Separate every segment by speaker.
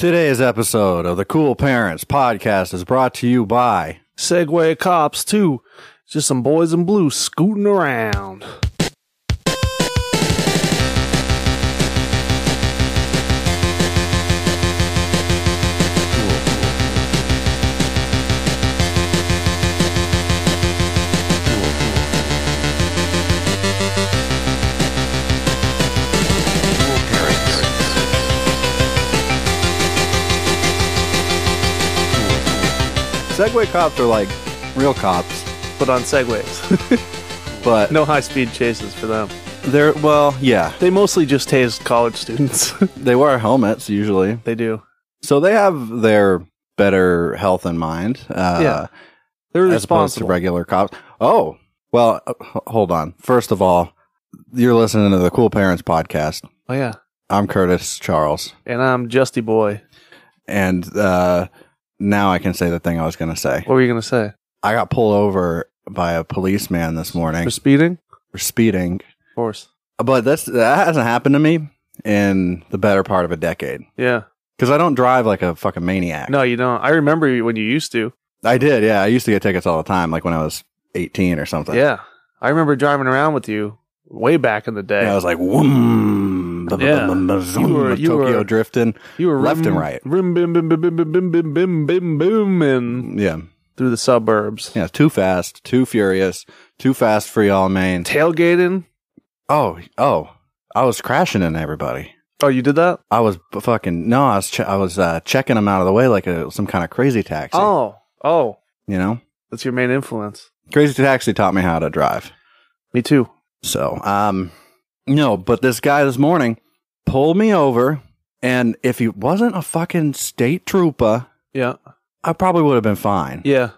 Speaker 1: Today's episode of the Cool Parents Podcast is brought to you by
Speaker 2: Segway cops too. Just some boys in blue scooting around.
Speaker 1: Segway cops are like real cops,
Speaker 2: But on segways.
Speaker 1: but
Speaker 2: no high speed chases for them.
Speaker 1: they're well, yeah,
Speaker 2: They mostly just tase college students.
Speaker 1: they wear helmets usually,
Speaker 2: they do.
Speaker 1: so they have their better health in mind. Uh,
Speaker 2: Yeah. They're
Speaker 1: as opposed to
Speaker 2: responsible.
Speaker 1: regular cops. Oh, well, uh, h- hold on. First of all, you're listening to the Cool Parents Podcast.
Speaker 2: oh yeah.
Speaker 1: I'm Curtis Charles,
Speaker 2: And I'm Justy Boy.
Speaker 1: and uh, now I can say the thing I was going to say.
Speaker 2: What were you gonna say?
Speaker 1: I got pulled over by a policeman this morning
Speaker 2: For speeding?
Speaker 1: for speeding.
Speaker 2: Of course.
Speaker 1: But that's that hasn't happened to me in the better part of a decade
Speaker 2: Yeah.
Speaker 1: because I don't drive like a fucking maniac.
Speaker 2: No, you don't. I remember when you used to.
Speaker 1: I did. Yeah, I used to get tickets all the time, like when I was eighteen or something.
Speaker 2: Yeah. I remember driving around with you way back in the day.
Speaker 1: And I was like, whoom,
Speaker 2: Yeah. You were- you
Speaker 1: Tokyo
Speaker 2: were-
Speaker 1: drifting.
Speaker 2: you were
Speaker 1: left and
Speaker 2: rim-
Speaker 1: right.
Speaker 2: Rim bim bim bim bim bim bim bim bim bim boom and
Speaker 1: Yeah,
Speaker 2: through the suburbs.
Speaker 1: yeah, too fast, too furious, too fast for y'all, man.
Speaker 2: Tailgating.
Speaker 1: Oh, oh, I was crashing into everybody.
Speaker 2: Oh, you did that?
Speaker 1: I was b- fucking no, I was che- I was uh, checking them out of the way like a, some kind of crazy taxi.
Speaker 2: Oh. Oh.
Speaker 1: you know,
Speaker 2: That's your main influence.
Speaker 1: crazy taxi taught me how to drive.
Speaker 2: Me too.
Speaker 1: So, um, no, but this guy this morning pulled me over, and if he wasn't a fucking state trooper,
Speaker 2: Yeah.
Speaker 1: I probably would have been fine.
Speaker 2: Yeah.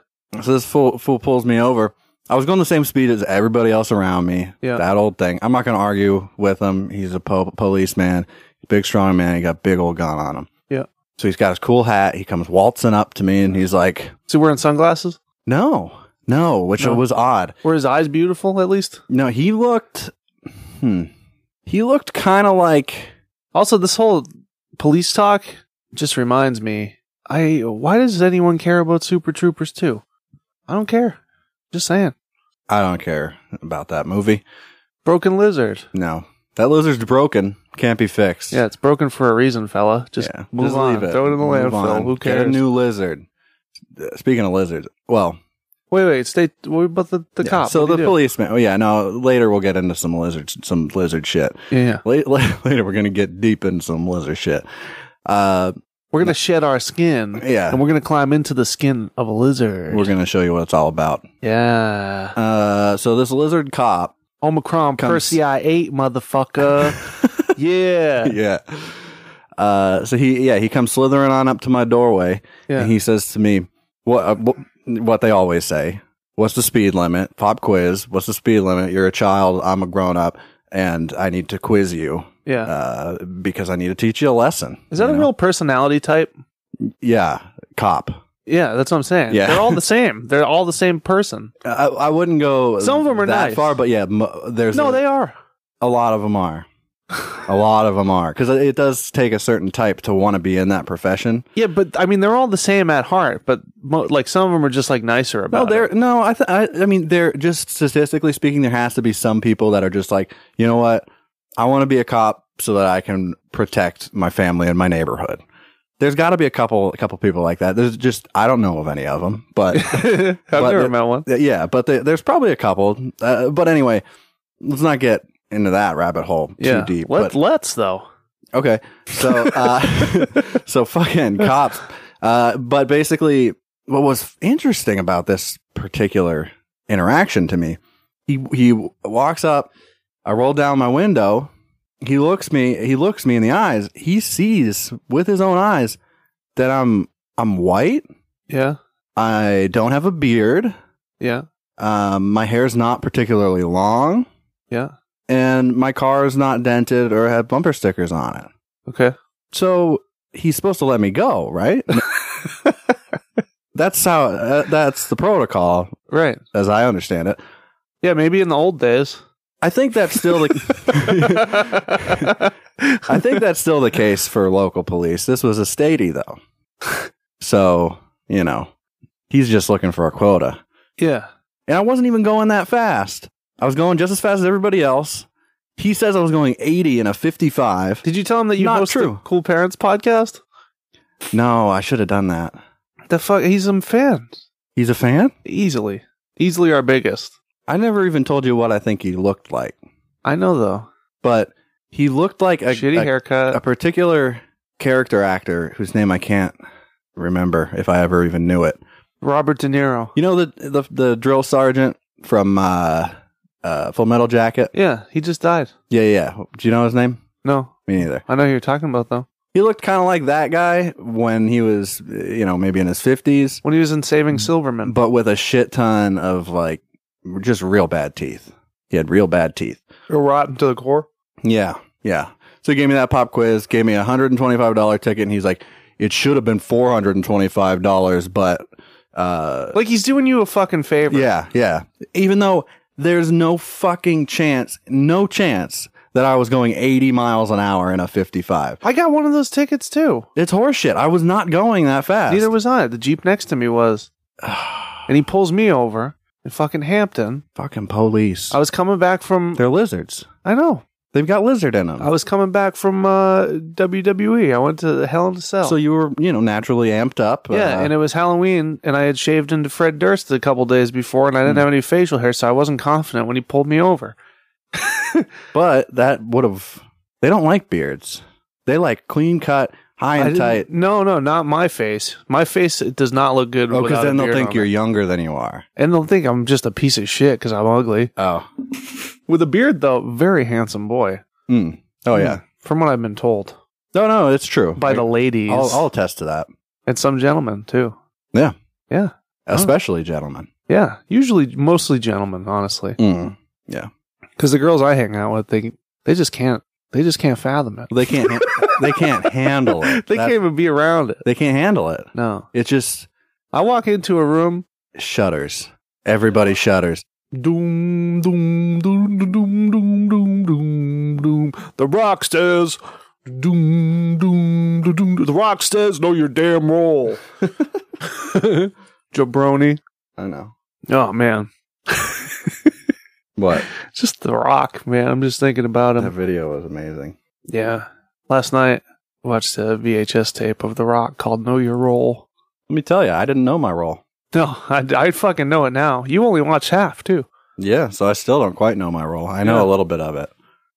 Speaker 1: So this fool, fool pulls me over. I was going the same speed as everybody else around me.
Speaker 2: Yeah.
Speaker 1: That old thing. I'm not going to argue with him. He's a po- policeman, big strong man. He got big old gun on him.
Speaker 2: Yeah.
Speaker 1: So he's got his cool hat. He comes waltzing up to me and he's like,
Speaker 2: So wearing sunglasses?
Speaker 1: "No, no," which
Speaker 2: No.
Speaker 1: was odd.
Speaker 2: Were his eyes beautiful at least?
Speaker 1: No, he looked. Hmm. He looked kind of like
Speaker 2: Also, this whole police talk just reminds me. I why does anyone care about Super Troopers too? I don't care. Just saying.
Speaker 1: I don't care about that movie.
Speaker 2: Broken Lizard.
Speaker 1: No, that lizard's broken. Can't be fixed.
Speaker 2: Yeah, it's broken for a reason, fella. Just
Speaker 1: Yeah,
Speaker 2: move
Speaker 1: just
Speaker 2: on.
Speaker 1: leave it.
Speaker 2: Throw it in the
Speaker 1: Move
Speaker 2: landfill.
Speaker 1: on.
Speaker 2: Who cares?
Speaker 1: Get a new lizard. Uh, Speaking of lizards, well,
Speaker 2: wait, wait. Stay. What about the the
Speaker 1: yeah,
Speaker 2: cop?
Speaker 1: So
Speaker 2: What'd
Speaker 1: the
Speaker 2: he do?
Speaker 1: policeman. Oh yeah, no. Later we'll get into some lizards, some lizard shit.
Speaker 2: Yeah, yeah.
Speaker 1: Later, later we're gonna get deep into some lizard shit. Uh,
Speaker 2: We're gonna shed our skin.
Speaker 1: Yeah.
Speaker 2: And we're gonna climb into the skin of a lizard.
Speaker 1: we're gonna show you what it's all about.
Speaker 2: yeah.
Speaker 1: Uh, so this lizard cop.
Speaker 2: Omicron
Speaker 1: Comes-
Speaker 2: Percy I eight motherfucker. yeah.
Speaker 1: Yeah. Uh, so he yeah he comes slithering on up to my doorway
Speaker 2: Yeah.
Speaker 1: and he says to me what uh, wh- what they always say what's the speed limit pop quiz what's the speed limit you're a child I'm a grown up and I need to quiz you
Speaker 2: yeah.
Speaker 1: uh, because I need to teach you a lesson
Speaker 2: Is that
Speaker 1: you
Speaker 2: a
Speaker 1: know?
Speaker 2: real personality type?
Speaker 1: yeah cop
Speaker 2: Yeah, that's what I'm saying.
Speaker 1: Yeah.
Speaker 2: They're all the same. They're all the same person.
Speaker 1: I, I wouldn't go
Speaker 2: Some of 'em are
Speaker 1: that
Speaker 2: nice.
Speaker 1: far but yeah mo- there's
Speaker 2: No,
Speaker 1: a,
Speaker 2: they are.
Speaker 1: a lot of them are a lot of them are because it does take a certain type to want to be in that profession
Speaker 2: Yeah, but I mean, they're all the same at heart. But mo- like, some of them are just like nicer
Speaker 1: No,
Speaker 2: about.
Speaker 1: there.
Speaker 2: it.
Speaker 1: No, I, th- I. I mean, there. Just statistically speaking, there has to be some people that are just like, you know what? I want to be a cop so that I can protect my family and my neighborhood. There's got to be a couple, a couple people like that. There's just I don't know of any of them, but
Speaker 2: I've
Speaker 1: But
Speaker 2: never
Speaker 1: the-
Speaker 2: met one.
Speaker 1: yeah, but the, there's probably a couple. Uh, but anyway, let's not get into that rabbit hole
Speaker 2: Yeah,
Speaker 1: too deep.
Speaker 2: Let,
Speaker 1: But,
Speaker 2: let's though.
Speaker 1: okay, so uh, so fucking cops. Uh, but basically, what was interesting about this particular interaction to me, he he walks up. I roll down my window. He looks me. He looks me in the eyes. He sees with his own eyes that I'm I'm white.
Speaker 2: Yeah.
Speaker 1: I don't have a beard.
Speaker 2: Yeah.
Speaker 1: Um, my hair's not particularly long,
Speaker 2: Yeah.
Speaker 1: and my car is not dented or have bumper stickers on it.
Speaker 2: Okay.
Speaker 1: So he's supposed to let me go, right? that's how. Uh, that's the protocol,
Speaker 2: Right.
Speaker 1: as I understand it.
Speaker 2: Yeah. Maybe in the old days.
Speaker 1: I think that's still the. I
Speaker 2: I
Speaker 1: think that's still the case for local police. This was a statey though, so you know he's just looking for a quota.
Speaker 2: Yeah.
Speaker 1: And I wasn't even going that fast. I was going just as fast as everybody else. He says I was going 80 and a 55.
Speaker 2: Did you tell him that you
Speaker 1: Not
Speaker 2: host
Speaker 1: true.
Speaker 2: the Cool Parents podcast?
Speaker 1: No, I should have done that.
Speaker 2: The fuck, he's a fan.
Speaker 1: He's a fan?
Speaker 2: Easily, easily our biggest.
Speaker 1: I never even told you what I think he looked like,
Speaker 2: I know though.
Speaker 1: but he looked like a,
Speaker 2: Shitty
Speaker 1: a,
Speaker 2: haircut.
Speaker 1: a particular character actor whose name I can't remember if I ever even knew it.
Speaker 2: Robert De Niro.
Speaker 1: You know the the, the drill sergeant from uh, uh, Full Metal Jacket?
Speaker 2: Yeah, he just died.
Speaker 1: Yeah, yeah. Do you know his name?
Speaker 2: No,
Speaker 1: Me neither.
Speaker 2: I know who you're talking about though.
Speaker 1: He looked kind of like that guy when he was, you know, maybe in his 50s,
Speaker 2: When he was in Saving Silverman.
Speaker 1: but with a shit ton of like just real bad teeth. He had real bad teeth.
Speaker 2: rotten to the core.
Speaker 1: Yeah. Yeah. So he gave me that pop quiz, gave me a $125 ticket, and he's like, it should have been $425, but, uh,
Speaker 2: Like he's doing you a fucking favor.
Speaker 1: yeah, yeah. Even though there's no fucking chance, no chance that I was going 80 miles an hour in a 55.
Speaker 2: I got one of those tickets too.
Speaker 1: It's horseshit. I was not going that fast.
Speaker 2: Neither was I. The Jeep next to me was. and he pulls me over in fucking Hampton.
Speaker 1: fucking police.
Speaker 2: I was coming back from.
Speaker 1: They're lizards.
Speaker 2: I know.
Speaker 1: They've got lizard in them.
Speaker 2: I was coming back from uh, WWE. I went to Hell in a Cell.
Speaker 1: so you were, you know, naturally amped up.
Speaker 2: yeah,
Speaker 1: uh,
Speaker 2: and it was Halloween, and I had shaved into Fred Durst a couple days before, and I
Speaker 1: Hmm.
Speaker 2: didn't have any facial hair, so I wasn't confident when he pulled me over.
Speaker 1: but that would have. They don't like beards. They like clean cut, high
Speaker 2: I
Speaker 1: and
Speaker 2: didn't-
Speaker 1: tight.
Speaker 2: No, no, not my face. My face it does not look good.
Speaker 1: Oh, because
Speaker 2: without a
Speaker 1: then they'll
Speaker 2: beard
Speaker 1: think
Speaker 2: on
Speaker 1: you're
Speaker 2: it.
Speaker 1: younger than you are.
Speaker 2: and they'll think I'm just a piece of shit because I'm ugly.
Speaker 1: Oh.
Speaker 2: With a beard, though, very handsome boy.
Speaker 1: Mm. Oh yeah.
Speaker 2: from what I've been told
Speaker 1: No, no, it's true.
Speaker 2: by the ladies
Speaker 1: I'll, I'll attest to that.
Speaker 2: and some gentlemen too.
Speaker 1: Yeah.
Speaker 2: Yeah,
Speaker 1: Especially gentlemen.
Speaker 2: yeah. Usually, mostly gentlemen, honestly,
Speaker 1: Mm.
Speaker 2: because the girls I hang out with, they they just can't they just can't fathom it.
Speaker 1: They can't. ha- they can't handle it.
Speaker 2: They
Speaker 1: That-
Speaker 2: can't even be around it.
Speaker 1: They can't handle it.
Speaker 2: No.
Speaker 1: It just
Speaker 2: I walk into a room.
Speaker 1: shudders. Everybody shudders.
Speaker 2: Doom, doom, doom, doom, doom, doom, doom, doom. The rock stairs. Doom, doom, doom, doom. The rock stairs. Know your damn role. Jabroni.
Speaker 1: I know.
Speaker 2: Oh man,
Speaker 1: What?
Speaker 2: just the rock, man. I'm just thinking about him.
Speaker 1: That video was amazing.
Speaker 2: Yeah. Last night I watched a VHS tape of The Rock called Know Your Role.
Speaker 1: Let me tell you, I didn't know my role.
Speaker 2: No, I, I fucking know it now. You only watched half too.
Speaker 1: Yeah, so I still don't quite know my role. I know
Speaker 2: Yeah.
Speaker 1: a little bit of it.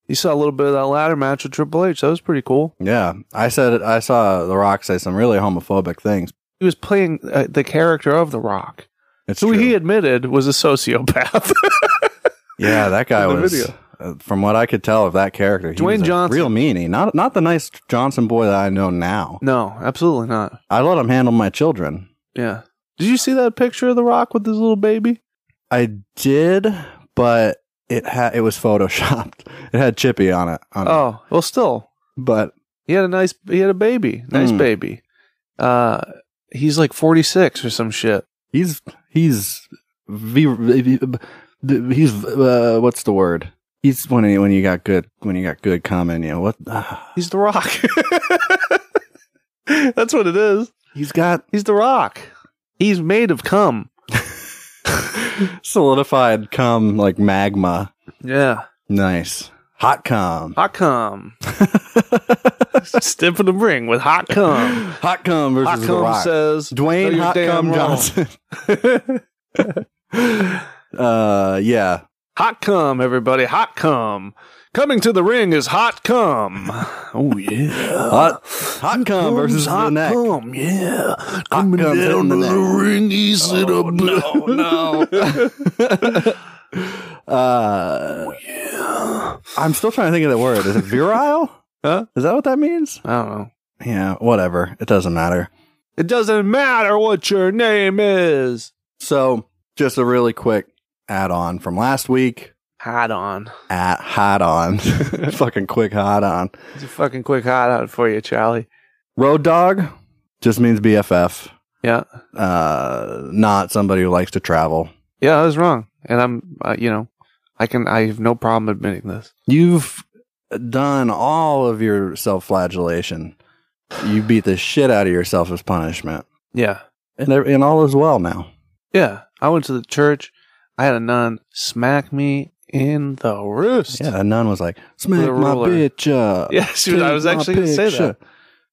Speaker 2: You saw a little bit of that ladder match with Triple H. That was pretty cool.
Speaker 1: Yeah, I said I saw The Rock say some really homophobic things.
Speaker 2: He was playing uh, the character of The Rock,
Speaker 1: It's
Speaker 2: who
Speaker 1: true.
Speaker 2: he admitted was a sociopath.
Speaker 1: yeah, that guy
Speaker 2: in the
Speaker 1: was.
Speaker 2: video.
Speaker 1: uh, from what I could tell of that character, he
Speaker 2: Dwayne
Speaker 1: was a
Speaker 2: Johnson.
Speaker 1: real meanie. Not not the nice Johnson boy that I know now.
Speaker 2: no, absolutely not.
Speaker 1: I let him handle my children.
Speaker 2: Yeah. Did you see that picture of The Rock with his little baby?
Speaker 1: I did, but it had it was photoshopped. It had Chippy on it. On it.
Speaker 2: Oh, well, still,
Speaker 1: But
Speaker 2: he had a nice, he had a baby, nice
Speaker 1: Mm.
Speaker 2: baby. Uh, he's like forty six or some shit.
Speaker 1: he's he's v- v- v- he's uh, what's the word? He's when he, when you got good when you got good comment. You know what? ah.
Speaker 2: He's the Rock. That's what it is.
Speaker 1: he's got
Speaker 2: He's the Rock. He's made of cum.
Speaker 1: solidified cum like magma.
Speaker 2: Yeah,
Speaker 1: Nice. Hot cum.
Speaker 2: hot cum. Stiff in the ring with hot cum.
Speaker 1: Hot cum versus
Speaker 2: Hot
Speaker 1: the
Speaker 2: cum
Speaker 1: rock.
Speaker 2: says
Speaker 1: Dwayne
Speaker 2: "Know your
Speaker 1: Hot
Speaker 2: damn
Speaker 1: Cum
Speaker 2: role."
Speaker 1: Johnson. uh yeah.
Speaker 2: Hot cum, everybody. Hot cum. Coming to the ring is hot cum. Oh yeah.
Speaker 1: Hot hot cum versus the neck.
Speaker 2: cum, yeah.
Speaker 1: Coming cum down hitting the to the neck.
Speaker 2: ring, he's in a
Speaker 1: Oh, no, no. uh
Speaker 2: Oh,
Speaker 1: I'm still trying to think of the word. Is it virile?
Speaker 2: Huh?
Speaker 1: Is that what that means?
Speaker 2: I don't know.
Speaker 1: Yeah, whatever. It doesn't matter.
Speaker 2: It doesn't matter what your name is.
Speaker 1: So, just a really quick add on from last week
Speaker 2: Hot on.
Speaker 1: at hot on, fucking quick hot on.
Speaker 2: It's a fucking quick hot on for you, Charlie.
Speaker 1: Road dog just means BFF,
Speaker 2: Yeah.
Speaker 1: uh, not somebody who likes to travel.
Speaker 2: Yeah, I was wrong. And I'm, uh, you know, I can, I have no problem admitting this.
Speaker 1: You've done all of your self flagellation. You beat the shit out of yourself as punishment.
Speaker 2: Yeah.
Speaker 1: And, ev- and all is well now.
Speaker 2: Yeah. I went to the church. I had a nun smack me in the wrist.
Speaker 1: Yeah, a nun was like, smack
Speaker 2: a
Speaker 1: my
Speaker 2: ruler.
Speaker 1: bitch up.
Speaker 2: Yeah. She was, I was
Speaker 1: Take my
Speaker 2: actually going to say that.
Speaker 1: picture.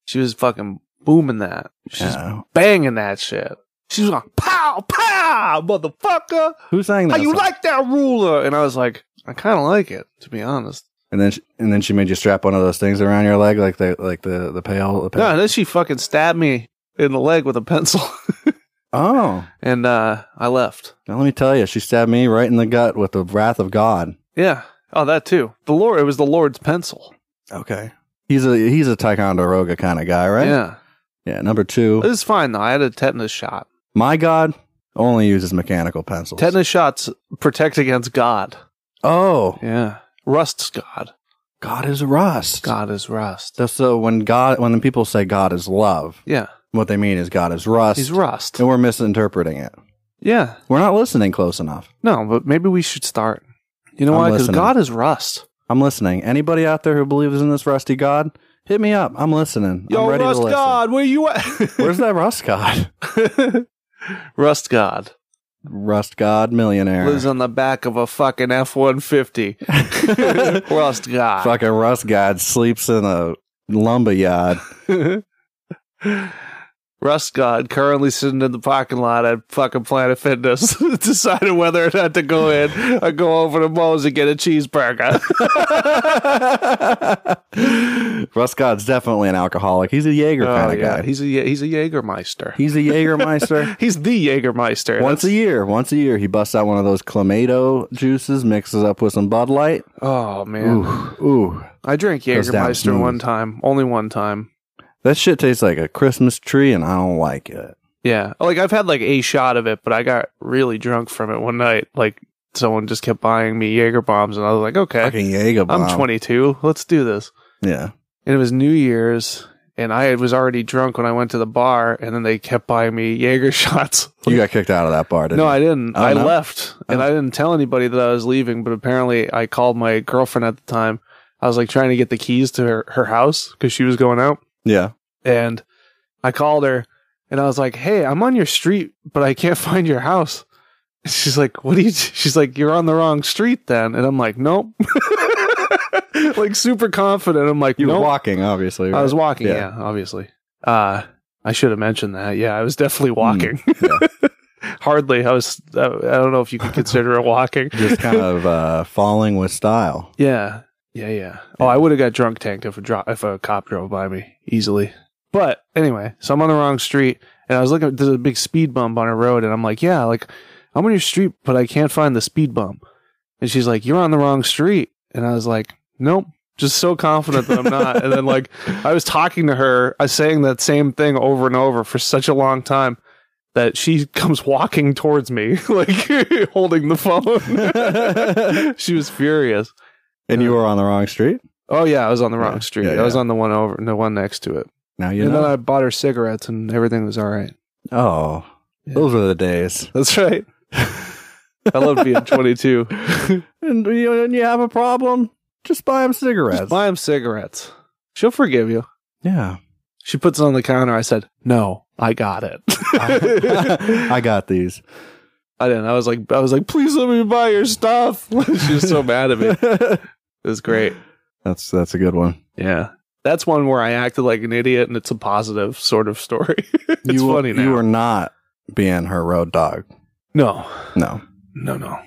Speaker 2: She was fucking booming that. She's
Speaker 1: Yeah.
Speaker 2: banging that shit. She's like, pow, pow, motherfucker.
Speaker 1: Who sang
Speaker 2: How
Speaker 1: that?
Speaker 2: you
Speaker 1: song?
Speaker 2: like that ruler? And I was like, I kind of like it, to be honest.
Speaker 1: And then she, and then she made you strap one of those things around your leg, like the like the the pail. The pail.
Speaker 2: No, and then she fucking stabbed me in the leg with a pencil,
Speaker 1: Oh,
Speaker 2: and uh, I left.
Speaker 1: now let me tell you, she stabbed me right in the gut with the wrath of God.
Speaker 2: Yeah. Oh, that too. The Lord. It was the Lord's pencil.
Speaker 1: Okay, he's a he's a Ticonderoga kind of guy, right?
Speaker 2: Yeah.
Speaker 1: Yeah. Number two,
Speaker 2: It was fine though. I had a tetanus shot.
Speaker 1: my God only uses mechanical pencils.
Speaker 2: Tetanus shots protect against God.
Speaker 1: oh,
Speaker 2: Yeah. Rust's God.
Speaker 1: God is rust.
Speaker 2: God is rust.
Speaker 1: So, so when God, when people say God is love,
Speaker 2: Yeah.
Speaker 1: what they mean is God is rust.
Speaker 2: He's rust.
Speaker 1: and we're misinterpreting it.
Speaker 2: Yeah.
Speaker 1: We're not listening close enough.
Speaker 2: No, but maybe we should start. You know
Speaker 1: I'm
Speaker 2: why? Because
Speaker 1: listening.
Speaker 2: God is rust.
Speaker 1: I'm listening. Anybody out there who believes in this rusty god, hit me up. I'm listening. I'm ready to listen.
Speaker 2: where you
Speaker 1: Where's that rust god?
Speaker 2: at? rust God
Speaker 1: Rust god millionaire.
Speaker 2: lives on the back of a fucking F one fifty. Rust God.
Speaker 1: Fucking rust god sleeps in a lumber yard.
Speaker 2: Rust God currently sitting in the parking lot at fucking Planet Fitness, deciding whether or not to go in or go over to Moe's and get a cheeseburger.
Speaker 1: rust god's definitely an alcoholic. He's a Jaeger kind of guy.
Speaker 2: Oh, he's a he's a Jägermeister.
Speaker 1: He's a Jaegermeister.
Speaker 2: He's the Jägermeister.
Speaker 1: Once a year, once a year, he busts out one of those clamato juices, mixes up with some Bud Light.
Speaker 2: oh man,
Speaker 1: Ooh, ooh,
Speaker 2: I drank
Speaker 1: Goes down
Speaker 2: Jägermeister
Speaker 1: smooth.
Speaker 2: one time, only one time.
Speaker 1: that shit tastes like a Christmas tree, and I don't like it.
Speaker 2: Yeah, like I've had like a shot of it, but I got really drunk from it one night. Like someone just kept buying me Jaeger bombs, and I was like, okay,
Speaker 1: Fucking Jaeger
Speaker 2: I'm
Speaker 1: bomb.
Speaker 2: 22, let's do this.
Speaker 1: Yeah.
Speaker 2: and it was New Year's, and I was already drunk when I went to the bar, and then they kept buying me Jaeger shots.
Speaker 1: You got kicked out of that bar, didn't
Speaker 2: no,
Speaker 1: you?
Speaker 2: I didn't.
Speaker 1: Oh,
Speaker 2: I
Speaker 1: no?
Speaker 2: left, and
Speaker 1: Oh.
Speaker 2: I didn't tell anybody that I was leaving. But apparently, I called my girlfriend at the time. I was like trying to get the keys to her, her house because she was going out,
Speaker 1: yeah.
Speaker 2: and I called her, and I was like, "Hey, I'm on your street, but I can't find your house." She's like, "What are you?" She's like, "You're on the wrong street, then." And I'm like, "Nope." like super confident. I'm like,
Speaker 1: You were
Speaker 2: "Nope."
Speaker 1: walking, obviously.
Speaker 2: I
Speaker 1: right?
Speaker 2: was walking,
Speaker 1: Yeah.
Speaker 2: yeah, obviously. Uh, I should have mentioned that. Yeah, I was definitely
Speaker 1: Hmm,
Speaker 2: walking. Hardly. I was. I I don't know if you could consider it walking.
Speaker 1: just kind of uh, falling with style.
Speaker 2: Yeah, yeah, yeah. Oh, I would have got drunk tanked if a dro- if a cop drove by me easily. But anyway, so I'm on the wrong street, and I was looking. There's a big speed bump on a road, and I'm like, yeah, like I'm on your street, but I can't find the speed bump. And she's like, you're on the wrong street, and I was like, nope. Just so confident that I'm not. And then, like, I was talking to her, I was saying that same thing over and over for such a long time that she comes walking towards me, like holding the phone. she was furious.
Speaker 1: And you were on the wrong street.
Speaker 2: Oh yeah, I was on the wrong
Speaker 1: Yeah,
Speaker 2: street.
Speaker 1: yeah,
Speaker 2: I was
Speaker 1: yeah.
Speaker 2: on the one over, the one next to it.
Speaker 1: Now you
Speaker 2: and
Speaker 1: know.
Speaker 2: then I bought her cigarettes, and everything was all right.
Speaker 1: oh,
Speaker 2: Yeah.
Speaker 1: those were the days.
Speaker 2: That's right. I love being 22.
Speaker 1: And you, and you have a problem, just buy them cigarettes.
Speaker 2: Just buy him cigarettes. She'll forgive you.
Speaker 1: yeah,
Speaker 2: She puts it on the counter. I said, "No, I got it." I
Speaker 1: I got these.
Speaker 2: didn't. I was like, I was like, "Please let me buy your stuff." she was so mad at me. It was great.
Speaker 1: That's that's a good one.
Speaker 2: Yeah, that's one where I acted like an idiot, and it's a positive sort of story. it's
Speaker 1: you were-
Speaker 2: funny now.
Speaker 1: You were not being her road dog.
Speaker 2: no,
Speaker 1: No,
Speaker 2: no, no,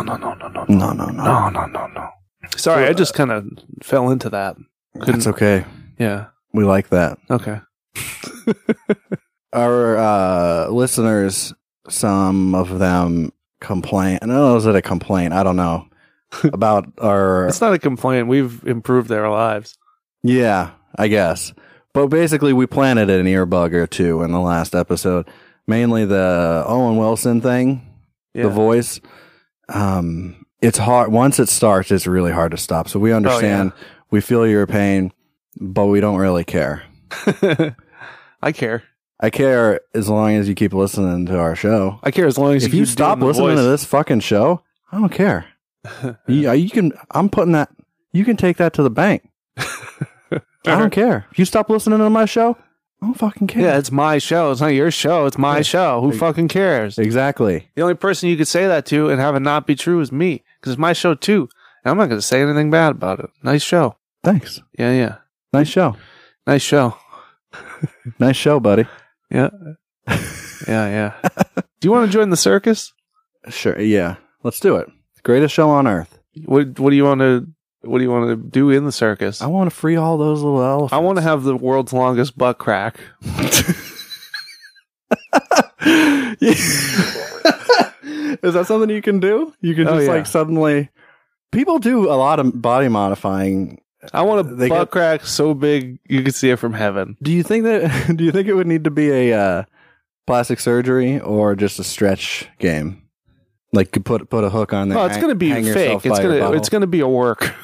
Speaker 2: no, no, no, no, no.
Speaker 1: no, no, no.
Speaker 2: No, no, no, uh, no. Sorry, I just kind of fell into that.
Speaker 1: It's okay.
Speaker 2: Yeah.
Speaker 1: We like that.
Speaker 2: Okay.
Speaker 1: our uh, listeners, some of them complain. I don't know, is it a complaint? I don't know about our.
Speaker 2: It's not a complaint. We've improved their lives.
Speaker 1: yeah, I guess. But basically, we planted an earbug or two in the last episode, mainly the Owen Wilson thing,
Speaker 2: Yeah.
Speaker 1: the voice. Um, it's hard once it starts. It's really hard to stop.
Speaker 2: Oh,
Speaker 1: So we understand. We feel your pain, but we don't really care.
Speaker 2: I care.
Speaker 1: I care as long as you keep listening to our show.
Speaker 2: I care as long as
Speaker 1: if you
Speaker 2: keep
Speaker 1: stop
Speaker 2: doing the
Speaker 1: listening to
Speaker 2: voice.
Speaker 1: this fucking show, I don't care. you, you can. I'm putting that. You can take that to the bank. I don't care. If you stop listening to my show, I don't fucking care.
Speaker 2: Yeah, it's my show. It's not your show. It's my show. Who fucking cares?
Speaker 1: exactly.
Speaker 2: The only person you could say that to and have it not be true is me, because it's my show too. And I'm not going to say anything bad about it. Nice show.
Speaker 1: Thanks.
Speaker 2: Yeah, yeah.
Speaker 1: Nice show.
Speaker 2: Nice show.
Speaker 1: Nice show, buddy.
Speaker 2: Yeah. yeah, yeah. Do you want to join the circus?
Speaker 1: Sure. Yeah. Let's do it. Greatest show on earth.
Speaker 2: What What do you want to What do you want to do in the circus?
Speaker 1: I want to free all those little elephants.
Speaker 2: I want to have the world's longest butt crack.
Speaker 1: Is that something you can do? You can
Speaker 2: Oh,
Speaker 1: just
Speaker 2: yeah.
Speaker 1: like suddenly. People do a lot of body modifying.
Speaker 2: I want a
Speaker 1: They
Speaker 2: butt
Speaker 1: got-
Speaker 2: crack so big you could see it from heaven.
Speaker 1: Do you think that? Do you think it would need to be a uh, plastic surgery or just a stretch game? Like you put put a hook on there.
Speaker 2: Oh, it's
Speaker 1: hang-
Speaker 2: going to be
Speaker 1: hang
Speaker 2: fake.
Speaker 1: yourself
Speaker 2: It's
Speaker 1: by your
Speaker 2: going to
Speaker 1: butthole.
Speaker 2: It's going to be a work,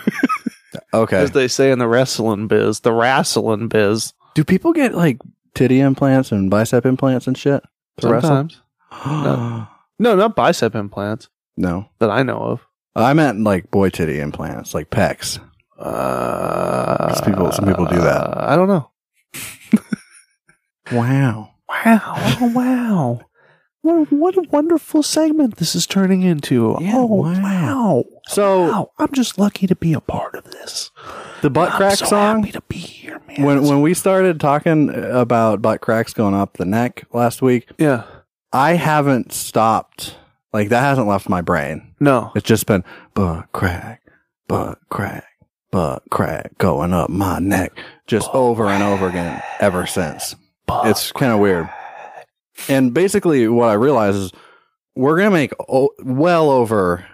Speaker 1: okay.
Speaker 2: as they say in the wrestling biz, the wrestling biz.
Speaker 1: Do people get like titty implants and bicep implants and shit? to wrestle?
Speaker 2: Sometimes. No, not bicep implants
Speaker 1: no.
Speaker 2: that I know of.
Speaker 1: I meant like boy titty implants, like pecs.
Speaker 2: Uh,
Speaker 1: Some people- some people do that.
Speaker 2: I don't know.
Speaker 1: Wow.
Speaker 2: Wow! Oh, wow! What a, what a wonderful segment this is turning into.
Speaker 1: Yeah,
Speaker 2: oh
Speaker 1: wow.
Speaker 2: wow! Oh.
Speaker 1: So
Speaker 2: Wow! I'm just lucky to be a part of this.
Speaker 1: the butt
Speaker 2: I'm
Speaker 1: crack
Speaker 2: so
Speaker 1: song.
Speaker 2: Happy to be here, man.
Speaker 1: When when we started talking about butt cracks going up the neck last week,
Speaker 2: yeah,
Speaker 1: I haven't stopped. Like that hasn't left my brain.
Speaker 2: no,
Speaker 1: It's just been butt crack, butt crack, butt crack going up my neck, just over and over again ever since. it's kind of weird. And basically, what I realize is we're gonna make o- well over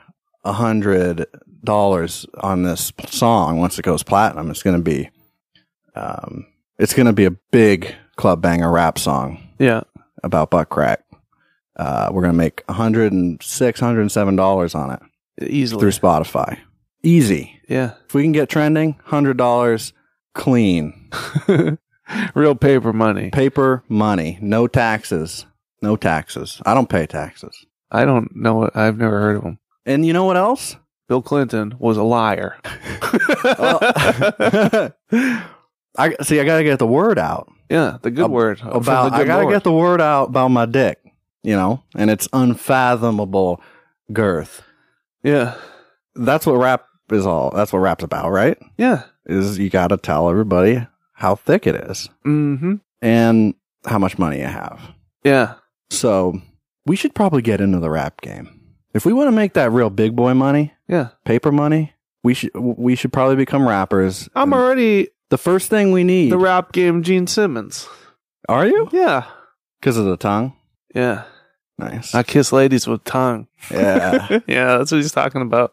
Speaker 1: a hundred dollars on this song once it goes platinum. It's gonna be, um, it's gonna be a big club banger rap song
Speaker 2: yeah.
Speaker 1: about butt crack. Uh, we're gonna make a hundred and six, hundred and seven dollars on it
Speaker 2: Easily,
Speaker 1: through Spotify. Easy.
Speaker 2: yeah.
Speaker 1: If we can get trending, hundred dollars clean,
Speaker 2: Real paper money.
Speaker 1: paper money, no taxes, no taxes. I don't pay taxes.
Speaker 2: I don't know. what I've never heard of him.
Speaker 1: And you know what else?
Speaker 2: Bill Clinton was a liar.
Speaker 1: Well, I see. I gotta get the word out
Speaker 2: yeah, the good
Speaker 1: Ab-
Speaker 2: word from
Speaker 1: about.
Speaker 2: Oh, the good
Speaker 1: I gotta
Speaker 2: Lord.
Speaker 1: get the word out about my dick. You know, and it's unfathomable girth.
Speaker 2: yeah,
Speaker 1: That's what rap is all. That's what rap's about, right?
Speaker 2: yeah.
Speaker 1: Is you gotta tell everybody how thick it is
Speaker 2: Mm-hmm.
Speaker 1: and how much money you have.
Speaker 2: Yeah.
Speaker 1: So we should probably get into the rap game if we want to make that real big boy money,
Speaker 2: Yeah.
Speaker 1: paper money. We should we should probably become rappers.
Speaker 2: I'm
Speaker 1: And
Speaker 2: already
Speaker 1: the first thing we need.
Speaker 2: the rap game Gene Simmons.
Speaker 1: Are you?
Speaker 2: Yeah.
Speaker 1: Because of the tongue.
Speaker 2: Yeah.
Speaker 1: Nice.
Speaker 2: I kiss ladies with tongue.
Speaker 1: yeah.
Speaker 2: yeah, that's what he's talking about.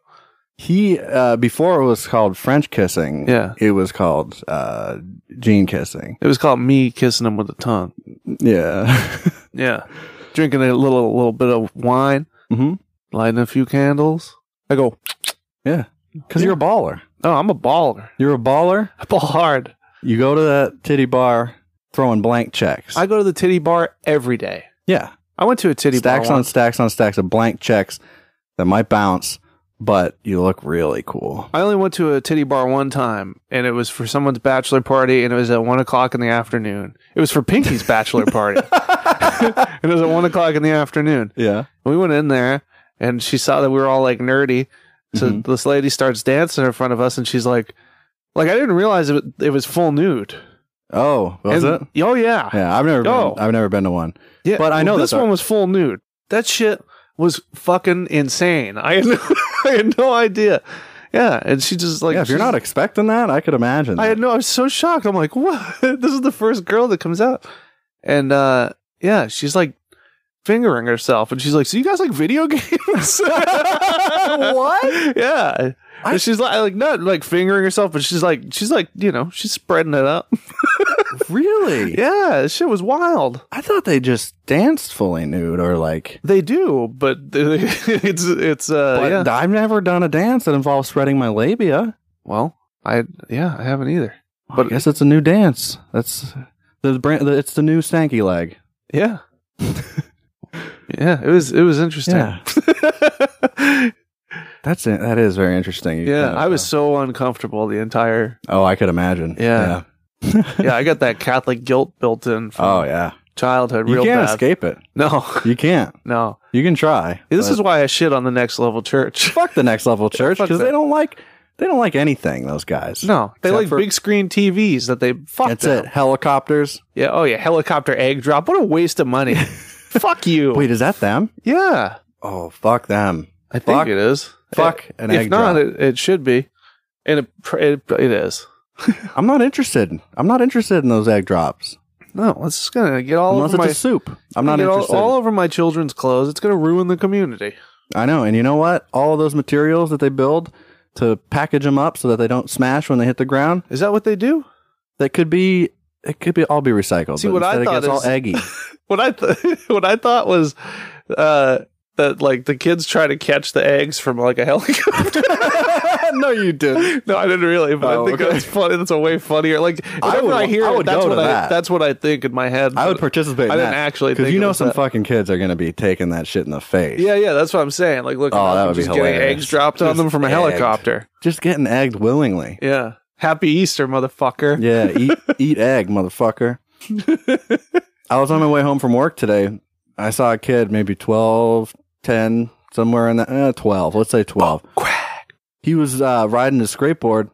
Speaker 1: He uh, before it was called French kissing.
Speaker 2: Yeah.
Speaker 1: It was called uh, gene kissing.
Speaker 2: It was called me kissing him with the tongue.
Speaker 1: Yeah.
Speaker 2: Yeah. Drinking a little little bit of wine,
Speaker 1: mm-hmm.
Speaker 2: lighting a few candles. I go,
Speaker 1: Yeah. Because
Speaker 2: Yeah.
Speaker 1: you're a baller.
Speaker 2: Oh, I'm a baller.
Speaker 1: You're a baller.
Speaker 2: I ball hard.
Speaker 1: You go to that titty bar throwing blank checks.
Speaker 2: I go to the titty bar every day.
Speaker 1: yeah.
Speaker 2: I went to a titty
Speaker 1: stacks
Speaker 2: bar.
Speaker 1: on
Speaker 2: once.
Speaker 1: stacks on stacks of blank checks that might bounce, but you look really cool.
Speaker 2: I only went to a titty bar one time, and it was for someone's bachelor party, and it was at one o'clock in the afternoon. It was for Pinky's bachelor party, and it was at one o'clock in the afternoon.
Speaker 1: Yeah.
Speaker 2: We went in there, and she saw that we were all like nerdy. So
Speaker 1: Mhm.
Speaker 2: this lady starts dancing in front of us, and she's like, "Like I didn't realize it, it was full nude."
Speaker 1: Oh, was
Speaker 2: And-
Speaker 1: it?
Speaker 2: Oh yeah,
Speaker 1: Yeah, I've never
Speaker 2: Oh.
Speaker 1: been. I've never been to one.
Speaker 2: yeah.
Speaker 1: But I know
Speaker 2: this
Speaker 1: that's our-
Speaker 2: one was full nude. That shit was fucking insane. I had no, I had no idea. Yeah, and she just like
Speaker 1: yeah, if you're
Speaker 2: she's-
Speaker 1: not expecting that, I could imagine.
Speaker 2: I
Speaker 1: that.
Speaker 2: had no, I was so shocked. I'm like, what? this is the first girl that comes out. And uh yeah, she's like fingering herself and she's like, So you guys like video games?
Speaker 1: What?
Speaker 2: Yeah.
Speaker 1: I-
Speaker 2: And she's like, like not like fingering herself, but she's like, she's like, you know, she's spreading it up.
Speaker 1: really?
Speaker 2: yeah, this shit was wild.
Speaker 1: I thought they just danced fully nude or like.
Speaker 2: They do, but they- it's it's uh
Speaker 1: But
Speaker 2: yeah.
Speaker 1: I've never done a dance that involves spreading my labia.
Speaker 2: well, I yeah, I haven't either.
Speaker 1: But I guess it's a new dance. That's the brand. the- It's the new stanky leg.
Speaker 2: Yeah. yeah, it was it was interesting. Yeah,
Speaker 1: that's it. That is very interesting. You kind of,
Speaker 2: I was so uncomfortable the entire.
Speaker 1: uh, Oh, I could imagine.
Speaker 2: Yeah. Yeah, I got that Catholic guilt built in from
Speaker 1: Oh yeah.
Speaker 2: childhood
Speaker 1: You
Speaker 2: real
Speaker 1: can't
Speaker 2: bad.
Speaker 1: escape it.
Speaker 2: No.
Speaker 1: You can't.
Speaker 2: No.
Speaker 1: You can try.
Speaker 2: This
Speaker 1: but
Speaker 2: is why I shit on the next level church.
Speaker 1: fuck the next level church
Speaker 2: fuck
Speaker 1: because
Speaker 2: that.
Speaker 1: they don't like they don't like anything. Those guys.
Speaker 2: No, they
Speaker 1: Except
Speaker 2: like
Speaker 1: for-
Speaker 2: big screen TVs that they fuck
Speaker 1: That's
Speaker 2: them.
Speaker 1: it. Helicopters.
Speaker 2: Yeah. Oh yeah, helicopter egg drop. What a waste of money. fuck you.
Speaker 1: Wait, is that them?
Speaker 2: Yeah.
Speaker 1: Oh, fuck them.
Speaker 2: I think
Speaker 1: Fuck-
Speaker 2: it is.
Speaker 1: Fuck an
Speaker 2: if
Speaker 1: egg
Speaker 2: not,
Speaker 1: drop.
Speaker 2: It, it should be. And it, pr- it it is.
Speaker 1: I'm not interested. I'm not interested in those egg drops.
Speaker 2: No, it's just gonna get all
Speaker 1: Unless
Speaker 2: over
Speaker 1: it's
Speaker 2: my
Speaker 1: a soup. I'm not
Speaker 2: get all-
Speaker 1: interested.
Speaker 2: All, over my children's clothes. It's gonna ruin the community.
Speaker 1: I know. And you know what? All of those materials that they build to package them up so that they don't smash when they hit the ground,
Speaker 2: Is that what they do?
Speaker 1: that could be it could be all be recycled.
Speaker 2: See,
Speaker 1: but
Speaker 2: what I
Speaker 1: instead
Speaker 2: thought
Speaker 1: it gets
Speaker 2: is-
Speaker 1: all eggy.
Speaker 2: What I th- what I thought was uh, that like the kids try to catch the eggs from like a helicopter.
Speaker 1: no, you did.
Speaker 2: No, I didn't really, but
Speaker 1: Oh,
Speaker 2: I think
Speaker 1: okay.
Speaker 2: that's funny. That's a way funnier. Like
Speaker 1: I
Speaker 2: whenever
Speaker 1: would-
Speaker 2: I, hear
Speaker 1: I
Speaker 2: it,
Speaker 1: would
Speaker 2: that's
Speaker 1: go
Speaker 2: what
Speaker 1: to
Speaker 2: I
Speaker 1: that.
Speaker 2: that's what I think in my head.
Speaker 1: I would participate.
Speaker 2: I
Speaker 1: in
Speaker 2: didn't
Speaker 1: that.
Speaker 2: actually
Speaker 1: because
Speaker 2: think
Speaker 1: you
Speaker 2: it
Speaker 1: know
Speaker 2: was
Speaker 1: some
Speaker 2: that.
Speaker 1: fucking kids are going to be taking that shit in the face.
Speaker 2: Yeah, yeah, that's what I'm saying. Like, look,
Speaker 1: Oh,
Speaker 2: oh,
Speaker 1: that would be
Speaker 2: just getting
Speaker 1: hilarious.
Speaker 2: eggs dropped on
Speaker 1: Just
Speaker 2: them from a
Speaker 1: eggs.
Speaker 2: helicopter.
Speaker 1: just getting egged willingly.
Speaker 2: Yeah, happy Easter, motherfucker.
Speaker 1: Yeah, eat eat egg, motherfucker. I was on my way home from work today. I saw a kid, maybe 12, 10, somewhere in that uh, 12. Let's say 12.
Speaker 2: Oh,
Speaker 1: He was uh, riding his skateboard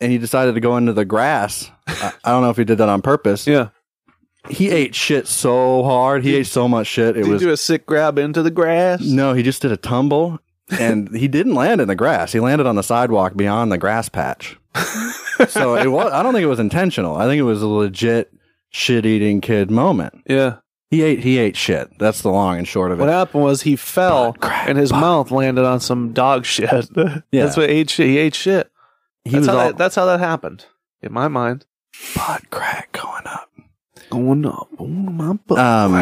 Speaker 1: and he decided to go into the grass. I, I don't know if he did that on purpose.
Speaker 2: Yeah,
Speaker 1: He ate shit so hard. He ate so much shit. It
Speaker 2: did you
Speaker 1: was
Speaker 2: do a sick grab into the grass?
Speaker 1: No, he just did a tumble and he didn't land in the grass. He landed on the sidewalk beyond the grass patch. so it was I don't think it was intentional. I think it was a legit shit eating kid moment.
Speaker 2: Yeah.
Speaker 1: He ate he ate shit. That's the long and short of it.
Speaker 2: What happened was he fell and his mouth landed on some dog shit.
Speaker 1: Yeah.
Speaker 2: That's what ate shit. He ate shit.
Speaker 1: he
Speaker 2: That's
Speaker 1: was
Speaker 2: how,
Speaker 1: all
Speaker 2: that, that's how that happened in my mind.
Speaker 1: butt crack going up.
Speaker 2: Going up on my butt.
Speaker 1: Um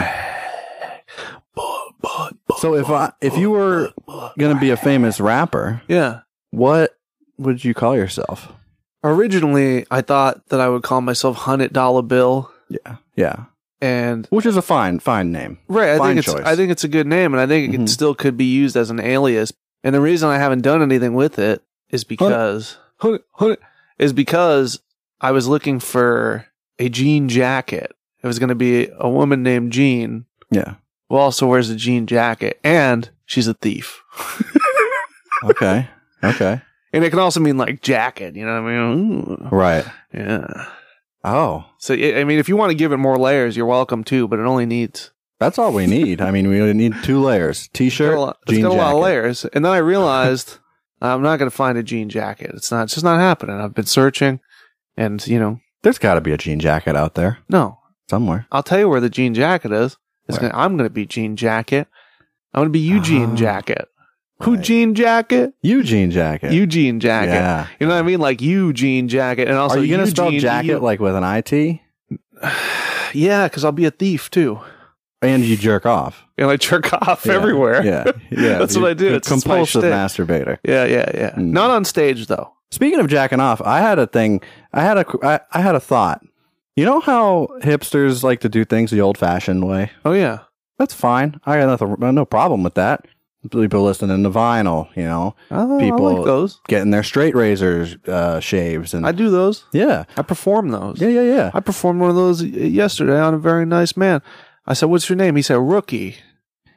Speaker 2: butt, butt, butt,
Speaker 1: so if I if you were
Speaker 2: butt.
Speaker 1: gonna be a famous rapper,
Speaker 2: yeah.
Speaker 1: what would you call yourself?
Speaker 2: Originally, I thought that I would call myself Hundred Dollar Bill,
Speaker 1: Yeah. Yeah.
Speaker 2: and
Speaker 1: Which is a fine, fine name.
Speaker 2: right, I
Speaker 1: Fine
Speaker 2: think it's
Speaker 1: choice.
Speaker 2: I think it's a good name, and I think
Speaker 1: Mhm.
Speaker 2: it still could be used as an alias. And the reason I haven't done anything with it is because Hundred Hundred is because I was looking for a jean jacket. It was going to be a woman named Jean
Speaker 1: Yeah.
Speaker 2: who also wears a jean jacket, and she's a thief.
Speaker 1: Okay. okay.
Speaker 2: and it can also mean like jacket, you know what I mean? Ooh,
Speaker 1: Right.
Speaker 2: yeah.
Speaker 1: Oh.
Speaker 2: So yeah, I mean, if you want to give it more layers, you're welcome to, but it only needs
Speaker 1: That's all we need. I mean, we need two layers:
Speaker 2: it's got a
Speaker 1: t-shirt,
Speaker 2: lot, it's
Speaker 1: jean
Speaker 2: got a lot
Speaker 1: jacket.
Speaker 2: of layers. And then I realized I'm not going to find a jean jacket. It's not, it's just not happening. I've been searching, and you know,
Speaker 1: There's got to be a jean jacket out there
Speaker 2: no,
Speaker 1: somewhere.
Speaker 2: I'll tell you where the jean jacket is. It's
Speaker 1: Where?
Speaker 2: gonna, I'm going to be jean jacket. I'm going to be Eugene
Speaker 1: Ah,
Speaker 2: jacket. Who
Speaker 1: right.
Speaker 2: jean jacket?
Speaker 1: Eugene jacket.
Speaker 2: Eugene jacket.
Speaker 1: Yeah.
Speaker 2: You know what I mean? Like Eugene jacket, and also
Speaker 1: Are you gonna spell
Speaker 2: Eugene-
Speaker 1: jacket like with an it?
Speaker 2: yeah, because I'll be a thief too,
Speaker 1: And you jerk off
Speaker 2: and I jerk off
Speaker 1: Yeah,
Speaker 2: everywhere.
Speaker 1: Yeah, yeah.
Speaker 2: That's what I do.
Speaker 1: you're
Speaker 2: It's- it's my
Speaker 1: compulsive
Speaker 2: shtick.
Speaker 1: masturbator.
Speaker 2: Yeah, yeah, yeah.
Speaker 1: Mm.
Speaker 2: Not on stage though.
Speaker 1: Speaking of jacking off, I had a thing. I had a. qu- I, I had a thought. You know how hipsters like to do things the old-fashioned way.
Speaker 2: Oh yeah.
Speaker 1: That's fine. I got nothing. No problem with that. People listening to vinyl. You know,
Speaker 2: I, People I
Speaker 1: People-
Speaker 2: like those.
Speaker 1: getting their straight razors uh, shaves and
Speaker 2: I do those.
Speaker 1: yeah.
Speaker 2: I perform those.
Speaker 1: Yeah, yeah, yeah.
Speaker 2: I performed one of those y- yesterday on a very nice man. I said, "What's your name?" He said, "Rookie."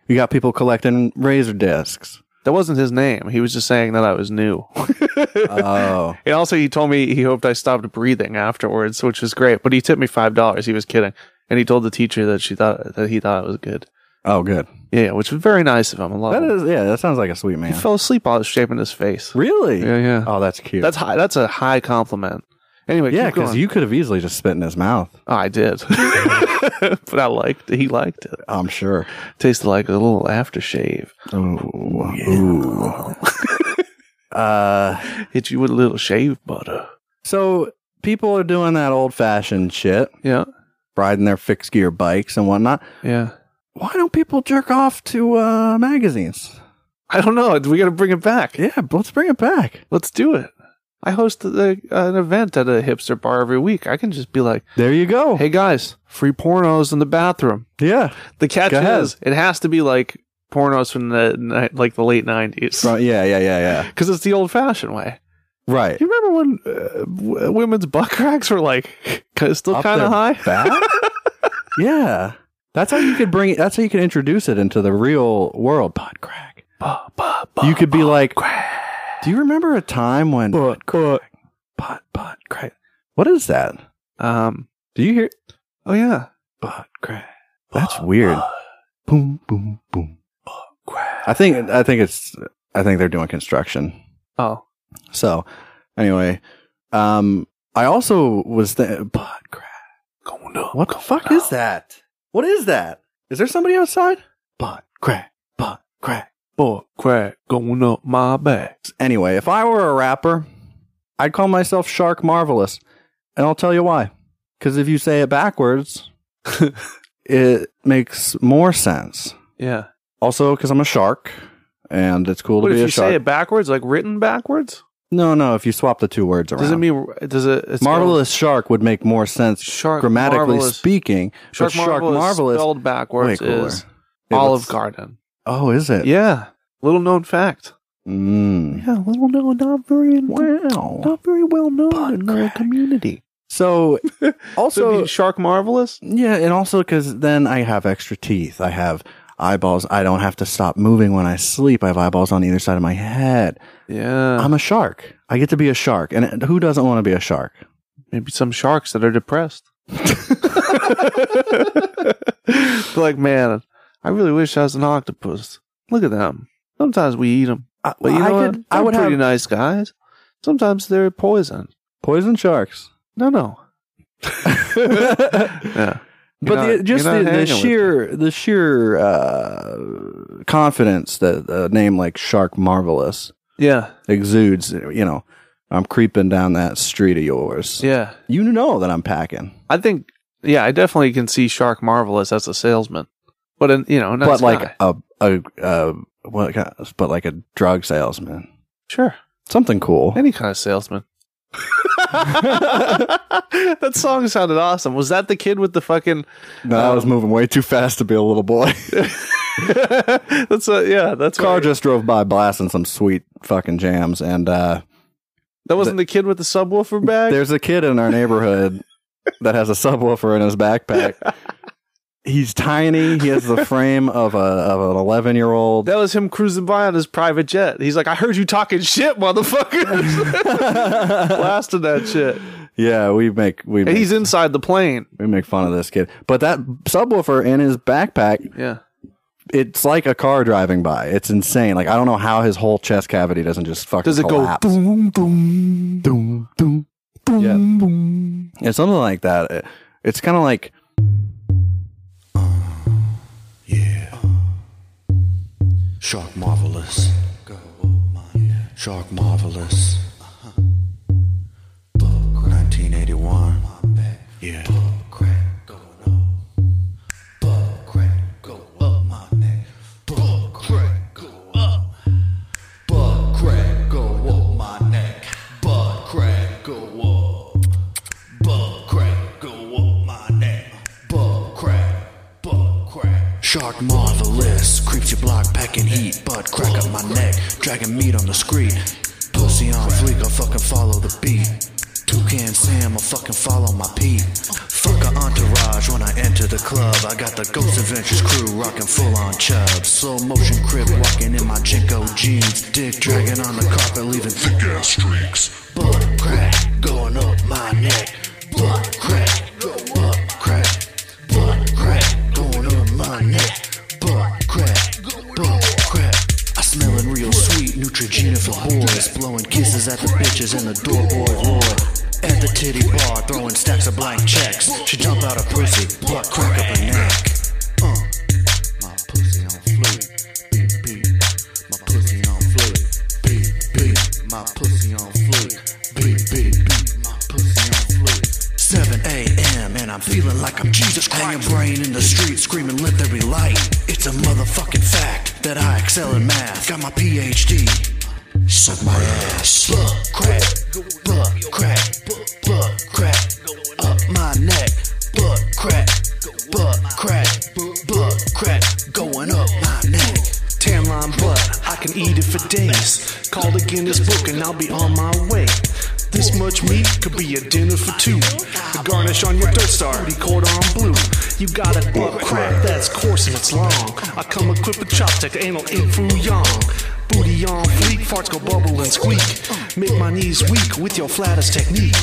Speaker 1: You got people collecting razor discs.
Speaker 2: That wasn't his name. He was just saying that I was new.
Speaker 1: Oh,
Speaker 2: and also, he told me he hoped I stopped breathing afterwards, which was great. But he tipped me five dollars. He was kidding, and he told the teacher that she thought that he thought it was good.
Speaker 1: oh, good.
Speaker 2: Yeah, which was very nice of him. I love
Speaker 1: That
Speaker 2: him.
Speaker 1: is, yeah. That sounds like a sweet
Speaker 2: He
Speaker 1: man.
Speaker 2: fell asleep while I was shaping his face.
Speaker 1: Really?
Speaker 2: Yeah, yeah.
Speaker 1: Oh, that's cute.
Speaker 2: That's high. That's a high compliment. Anyway,
Speaker 1: yeah,
Speaker 2: keep going.
Speaker 1: because you could have easily just spit in his mouth.
Speaker 2: Oh, I did, but I liked. He liked it.
Speaker 1: I'm sure.
Speaker 2: Oh, Tasted like a little aftershave.
Speaker 1: Oh, ooh. Uh,
Speaker 2: Hit you with a little shave butter.
Speaker 1: so people are doing that old fashioned shit,
Speaker 2: Yeah.
Speaker 1: riding their fixed gear bikes and whatnot.
Speaker 2: Yeah.
Speaker 1: Why don't people jerk off to uh, magazines?
Speaker 2: I don't know. We got to bring it back.
Speaker 1: Yeah, let's bring it back.
Speaker 2: Let's do it. I host the, uh, an event at a hipster bar every week. I can just be like,
Speaker 1: There you go.
Speaker 2: hey guys, free pornos in the bathroom.
Speaker 1: Yeah.
Speaker 2: The catch
Speaker 1: Go ahead.
Speaker 2: is, it has to be like pornos from the ni- like the late nineties
Speaker 1: Right, yeah, yeah, yeah, yeah.
Speaker 2: because it's the old fashioned way.
Speaker 1: Right.
Speaker 2: You remember when uh, w- women's butt cracks were like ki- still
Speaker 1: Up
Speaker 2: kind
Speaker 1: their
Speaker 2: of high?
Speaker 1: back? yeah. That's how you could bring it, that's how you could introduce it into the real world, pod crack.
Speaker 2: Bah, bah, bah,
Speaker 1: You could be like,
Speaker 2: crack.
Speaker 1: do you remember a time when
Speaker 2: Butt crack.
Speaker 1: pod pod crack? What is that?
Speaker 2: Um.
Speaker 1: Do you hear
Speaker 2: Oh yeah.
Speaker 1: pod crack? That's weird. Boom boom boom.
Speaker 2: Crack.
Speaker 1: I think I think it's I think they're doing construction.
Speaker 2: Oh.
Speaker 1: So, anyway, um I also was th- pod crack. What the fuck is that? What is that? Is there somebody outside? Butt crack, butt crack.
Speaker 2: Butt crack going up my back.
Speaker 1: Anyway, if I were a rapper, I'd call myself Shark Marvelous, and I'll tell you why. Because if you say it backwards, it makes more sense.
Speaker 2: Yeah.
Speaker 1: Also, because I'm a shark, and it's cool to
Speaker 2: What if
Speaker 1: be
Speaker 2: you
Speaker 1: a shark.
Speaker 2: say it backwards, like written backwards?
Speaker 1: no, no, if you swap the two words around,
Speaker 2: Does it mean does it? It's
Speaker 1: marvelous shark would make more sense
Speaker 2: Shark
Speaker 1: grammatically
Speaker 2: Marvelous.
Speaker 1: speaking. but
Speaker 2: Shark, Marvelous, spelled
Speaker 1: way
Speaker 2: backwards
Speaker 1: cooler.
Speaker 2: is
Speaker 1: Yeah,
Speaker 2: Olive
Speaker 1: let's-
Speaker 2: Garden.
Speaker 1: Oh, is it?
Speaker 2: Yeah, little known fact.
Speaker 1: Mm.
Speaker 2: Yeah, little known, not very,
Speaker 1: Wow.
Speaker 2: very well known
Speaker 1: Butt crack.
Speaker 2: community.
Speaker 1: So,
Speaker 2: So
Speaker 1: also,
Speaker 2: Shark Marvelous.
Speaker 1: yeah, and also because then I have extra teeth. I have eyeballs. I don't have to stop moving when I sleep. I have eyeballs on either side of my head.
Speaker 2: Yeah,
Speaker 1: I'm a shark. I get to be a shark. And who doesn't want to be a shark?
Speaker 2: maybe some sharks that are depressed. They're like, man, I really wish I was an octopus. Look at them. Sometimes we eat them,
Speaker 1: I,
Speaker 2: but you know
Speaker 1: I,
Speaker 2: what?
Speaker 1: could, I
Speaker 2: They're
Speaker 1: would
Speaker 2: Uh, pretty
Speaker 1: have
Speaker 2: nice guys. Sometimes they're poison.
Speaker 1: poison sharks.
Speaker 2: No, no.
Speaker 1: but
Speaker 2: Yeah.
Speaker 1: the,
Speaker 2: not-
Speaker 1: just
Speaker 2: you're
Speaker 1: the,
Speaker 2: not
Speaker 1: the
Speaker 2: hanging with
Speaker 1: sheer the sheer uh, confidence that a name like Shark Marvelous
Speaker 2: Yeah.
Speaker 1: exudes. You know, I'm creeping down that street of yours.
Speaker 2: Yeah.
Speaker 1: You know that I'm packing.
Speaker 2: I think, yeah, I definitely can see Shark Marvelous as a salesman. But, an, you know, a nice
Speaker 1: but like
Speaker 2: guy.
Speaker 1: a a uh, what? kind of- But like a drug salesman,
Speaker 2: sure.
Speaker 1: something cool.
Speaker 2: Any kind of salesman. that song sounded awesome. Was that the kid with the fucking.
Speaker 1: No, I was moving way too fast to be a little boy.
Speaker 2: that's a, yeah, that's
Speaker 1: Car
Speaker 2: why-
Speaker 1: just drove by blasting some sweet fucking jams, and uh,
Speaker 2: That wasn't the kid with the subwoofer bag?
Speaker 1: there's a kid in our neighborhood that has a subwoofer in his backpack. He's tiny. He has the frame of a of an eleven year old.
Speaker 2: That was him cruising by on his private jet. He's like, I heard you talking shit, motherfuckers. Blasted that shit.
Speaker 1: Yeah, we make we
Speaker 2: And
Speaker 1: make,
Speaker 2: he's inside the plane.
Speaker 1: we make fun of this kid, but that subwoofer in his backpack
Speaker 2: Yeah.
Speaker 1: it's like a car driving by. It's insane. Like I don't know how his whole chest cavity doesn't just fucking
Speaker 2: Does it
Speaker 1: collapse.
Speaker 2: go boom, boom, boom, boom, boom,
Speaker 1: Yeah.
Speaker 2: boom?
Speaker 1: It's something like that. It- It's kind of like
Speaker 3: Shark marvelous. Go Shark marvelous. Uh-huh. 1981. Yeah. Butt crack going up. Butt crack go up my neck. Butt crack go up. Butt crack go up my neck. Butt crack go up. Butt crack go up my neck. Butt crack. Butt crack. Shark marvelous. Creeps your block packing heat. Butt crack up my neck. Dragging meat on the street. Pussy on fleek. I'll fucking follow the beat. Toucan Sam. I'll fucking follow my peat. Fuck a entourage when I enter the club. I got the Ghost Adventures crew rocking full on chubs. Slow motion crib walking in my Jinko jeans. Dick dragging on the carpet, leaving thick ass streaks. Butt crack going up my neck. Butt crack, go up crack. Butt crack going up my neck. Butt crack, butt crack. I smelling real sweet Neutrogena for boys. Blowing kisses at the bitches and the doorboy Lord. At the titty bar, throwing stacks of blank checks. She jump out a pussy, butt crack up her neck. Uh, my pussy on fleek, beep beep. My pussy on fleek, beep beep. screaming lit every light. It's a motherfucking fact that I excel in math. Got my PhD. Suck my ass. Butt crack, butt crack, butt crack, up my neck. Butt crack, butt crack, butt crack, going up my neck. Tan line butt, I can eat it for days. Call the Guinness book and I'll be on my way. This much meat could be a dinner for two. The garnish on your dirt star, the cordon blue. You got a butt crack that's coarse and it's long. I come equipped with chopstick, anal in foo young. Booty on fleek, farts go bubble and squeak. Make my knees weak with your flattest technique.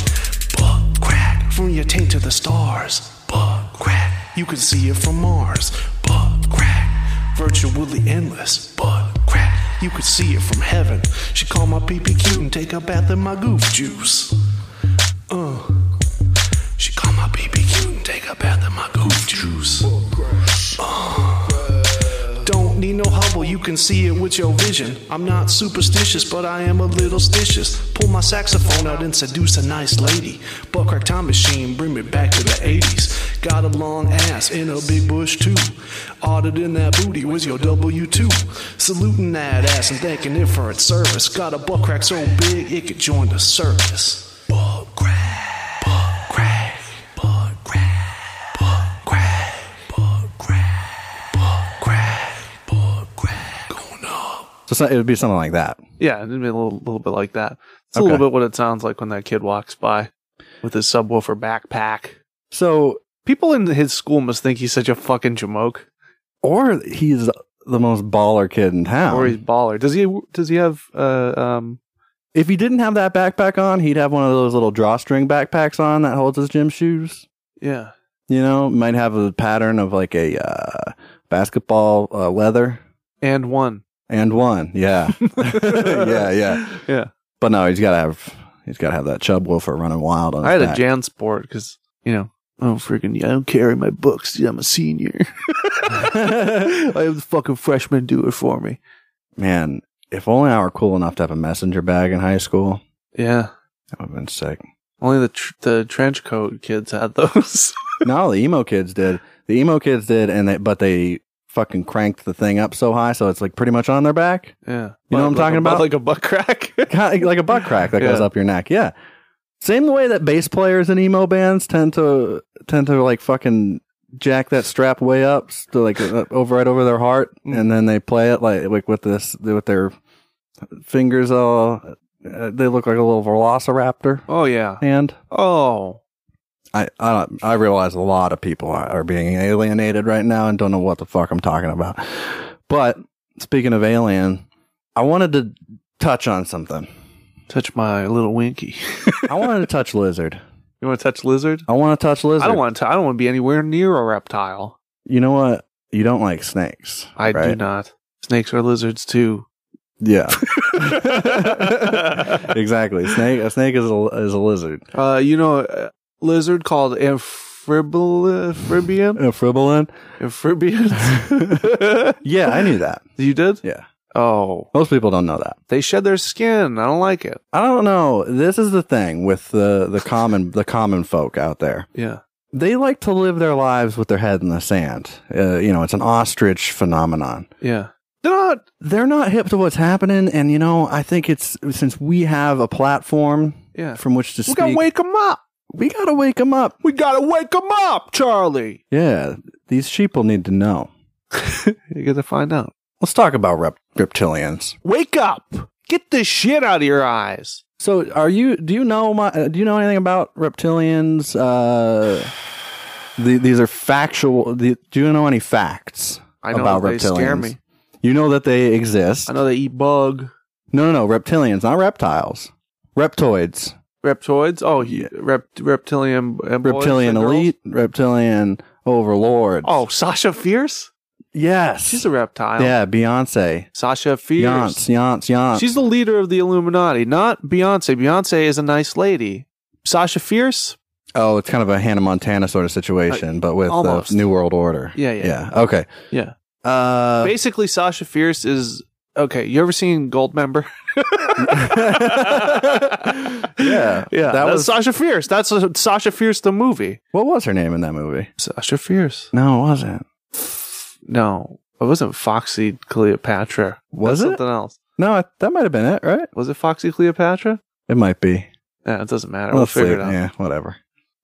Speaker 3: Butt crack from your taint to the stars. Butt crack, you can see it from Mars. Butt crack, virtually endless. Butt crack, you could see it from heaven. She called my PP cute and take a bath in my goof juice. Uh. She called my PP cute and take a bath in my goof juice. Uh. Don't need no hubble, you can see it with your vision. I'm not superstitious, but I am a little stitious. Pull my saxophone out and seduce a nice lady. Butt crack time machine, bring me back to the 80s. Got a long ass in a big bush too. Auditing that booty was your W2. Saluting that ass and thanking it for its service. Got a butt crack so big it could join the circus. Butt crack, butt crack, butt crack, butt crack, butt crack, butt crack, butt crack, going up.
Speaker 1: So it's not- it would be something like that.
Speaker 2: Yeah, it'd be a little, little bit like that. It's a
Speaker 1: Okay.
Speaker 2: little bit what it sounds like when that kid walks by with his subwoofer backpack.
Speaker 1: So,
Speaker 2: People in his school must think he's such a fucking jamoke,
Speaker 1: or he's the most baller kid in town.
Speaker 2: or he's baller. Does he? Does he have? Uh, um,
Speaker 1: if he didn't have that backpack on, he'd have one of those little drawstring backpacks on that holds his gym shoes.
Speaker 2: yeah,
Speaker 1: You know, might have a pattern of like a uh, basketball uh, leather
Speaker 2: and one.
Speaker 1: and one. Yeah, yeah, yeah.
Speaker 2: yeah.
Speaker 1: But no, he's got to have he's got to have that chub woofer running wild on.
Speaker 2: I had
Speaker 1: his
Speaker 2: a
Speaker 1: back.
Speaker 2: Jan sport because you know. Oh freaking! Yeah, I don't carry my books. Yeah, I'm a senior. I have the fucking freshman do it for me.
Speaker 1: Man, if only I were cool enough to have a messenger bag in high school,
Speaker 2: Yeah,
Speaker 1: that would have been sick.
Speaker 2: only the tr- the trench coat kids had those.
Speaker 1: no, the emo kids did. The emo kids did, and they but they fucking cranked the thing up so high, so it's like pretty much on their back.
Speaker 2: yeah,
Speaker 1: You know what I'm
Speaker 2: Like-
Speaker 1: talking
Speaker 2: like a-
Speaker 1: about?
Speaker 2: Like a butt crack.
Speaker 1: Kind of like a butt crack that goes
Speaker 2: Yeah.
Speaker 1: up your neck. Yeah. Same way that bass players in emo bands tend to tend to like fucking jack that strap way up to like uh, over right over their heart, and then they play it like like with this with their fingers all. Uh, they look like a little velociraptor
Speaker 2: oh yeah.
Speaker 1: hand.
Speaker 2: Oh,
Speaker 1: I I, don't- I realize a lot of people are, are being alienated right now and don't know what the fuck I'm talking about. But speaking of alien, I wanted to touch on something.
Speaker 2: touch my little winky.
Speaker 1: I wanted to touch lizard.
Speaker 2: You want to touch lizard?
Speaker 1: I want to touch lizard.
Speaker 2: I don't want to. I don't want to be anywhere near a reptile.
Speaker 1: You know what? You don't like snakes.
Speaker 2: I do
Speaker 1: right?
Speaker 2: not. Snakes are lizards too.
Speaker 1: Yeah,
Speaker 2: uh,
Speaker 1: exactly. Snake. A snake is a is a lizard.
Speaker 2: you know, a lizard called amphibol- amphibian.
Speaker 1: A fribolin.
Speaker 2: Amphibians.
Speaker 1: Yeah, I knew that.
Speaker 2: you did?
Speaker 1: Yeah,
Speaker 2: Oh,
Speaker 1: most people don't know that.
Speaker 2: they shed their skin. I don't like it.
Speaker 1: I don't know. This is the thing with the the common the common folk out there.
Speaker 2: Yeah.
Speaker 1: they like to live their lives with their head in the sand. Uh, you know, it's an ostrich phenomenon.
Speaker 2: Yeah. They're not.
Speaker 1: They're not hip to what's happening, and you know, I think it's since we have a platform
Speaker 2: Yeah.
Speaker 1: from which to
Speaker 2: We
Speaker 1: speak.
Speaker 2: gotta wake them up.
Speaker 1: we gotta wake them up.
Speaker 2: We gotta wake them up, Charlie.
Speaker 1: Yeah, these sheeple need to know.
Speaker 2: You gotta find out.
Speaker 1: Let's talk about rep- reptilians.
Speaker 2: Wake up. Get this shit out of your eyes.
Speaker 1: So, are you? Do you know my? uh, Do you know anything about reptilians? Uh, the, these are factual. The, do you know any facts
Speaker 2: I know
Speaker 1: about
Speaker 2: that they
Speaker 1: reptilians?
Speaker 2: scare me.
Speaker 1: You know that they exist.
Speaker 2: I know they eat bug.
Speaker 1: No, no, no. Reptilians, not reptiles. Reptoids.
Speaker 2: Reptoids? Oh, he, rep, reptilian. uh, boys
Speaker 1: reptilian
Speaker 2: and girls?
Speaker 1: elite. Reptilian overlords.
Speaker 2: Oh, Sasha Fierce?
Speaker 1: yes.
Speaker 2: She's a reptile.
Speaker 1: yeah, Beyonce.
Speaker 2: Sasha
Speaker 1: Yance,
Speaker 2: Fierce.
Speaker 1: yance, yance.
Speaker 2: She's the leader of the Illuminati, not Beyonce. Beyonce is a nice lady. Sasha Fierce?
Speaker 1: oh, it's kind of a Hannah Montana sort of situation, but with
Speaker 2: almost.
Speaker 1: the New World Order.
Speaker 2: Yeah, yeah.
Speaker 1: Yeah, okay.
Speaker 2: Yeah.
Speaker 1: Uh,
Speaker 2: Basically, Sasha Fierce is. Okay, you ever seen Goldmember?
Speaker 1: yeah.
Speaker 2: yeah,
Speaker 1: That
Speaker 2: that's
Speaker 1: was,
Speaker 2: Sasha Fierce. That's uh Sasha Fierce the movie.
Speaker 1: what was her name in that movie?
Speaker 2: Sasha Fierce.
Speaker 1: No, it wasn't.
Speaker 2: No, it wasn't Foxy Cleopatra.
Speaker 1: Was
Speaker 2: That's
Speaker 1: it?
Speaker 2: something else?
Speaker 1: No, I, that might have been it, right?
Speaker 2: Was it Foxy Cleopatra?
Speaker 1: It might be.
Speaker 2: Yeah, it doesn't matter.
Speaker 1: Well,
Speaker 2: We'll
Speaker 1: it's
Speaker 2: figure it
Speaker 1: late.
Speaker 2: out.
Speaker 1: Yeah, whatever.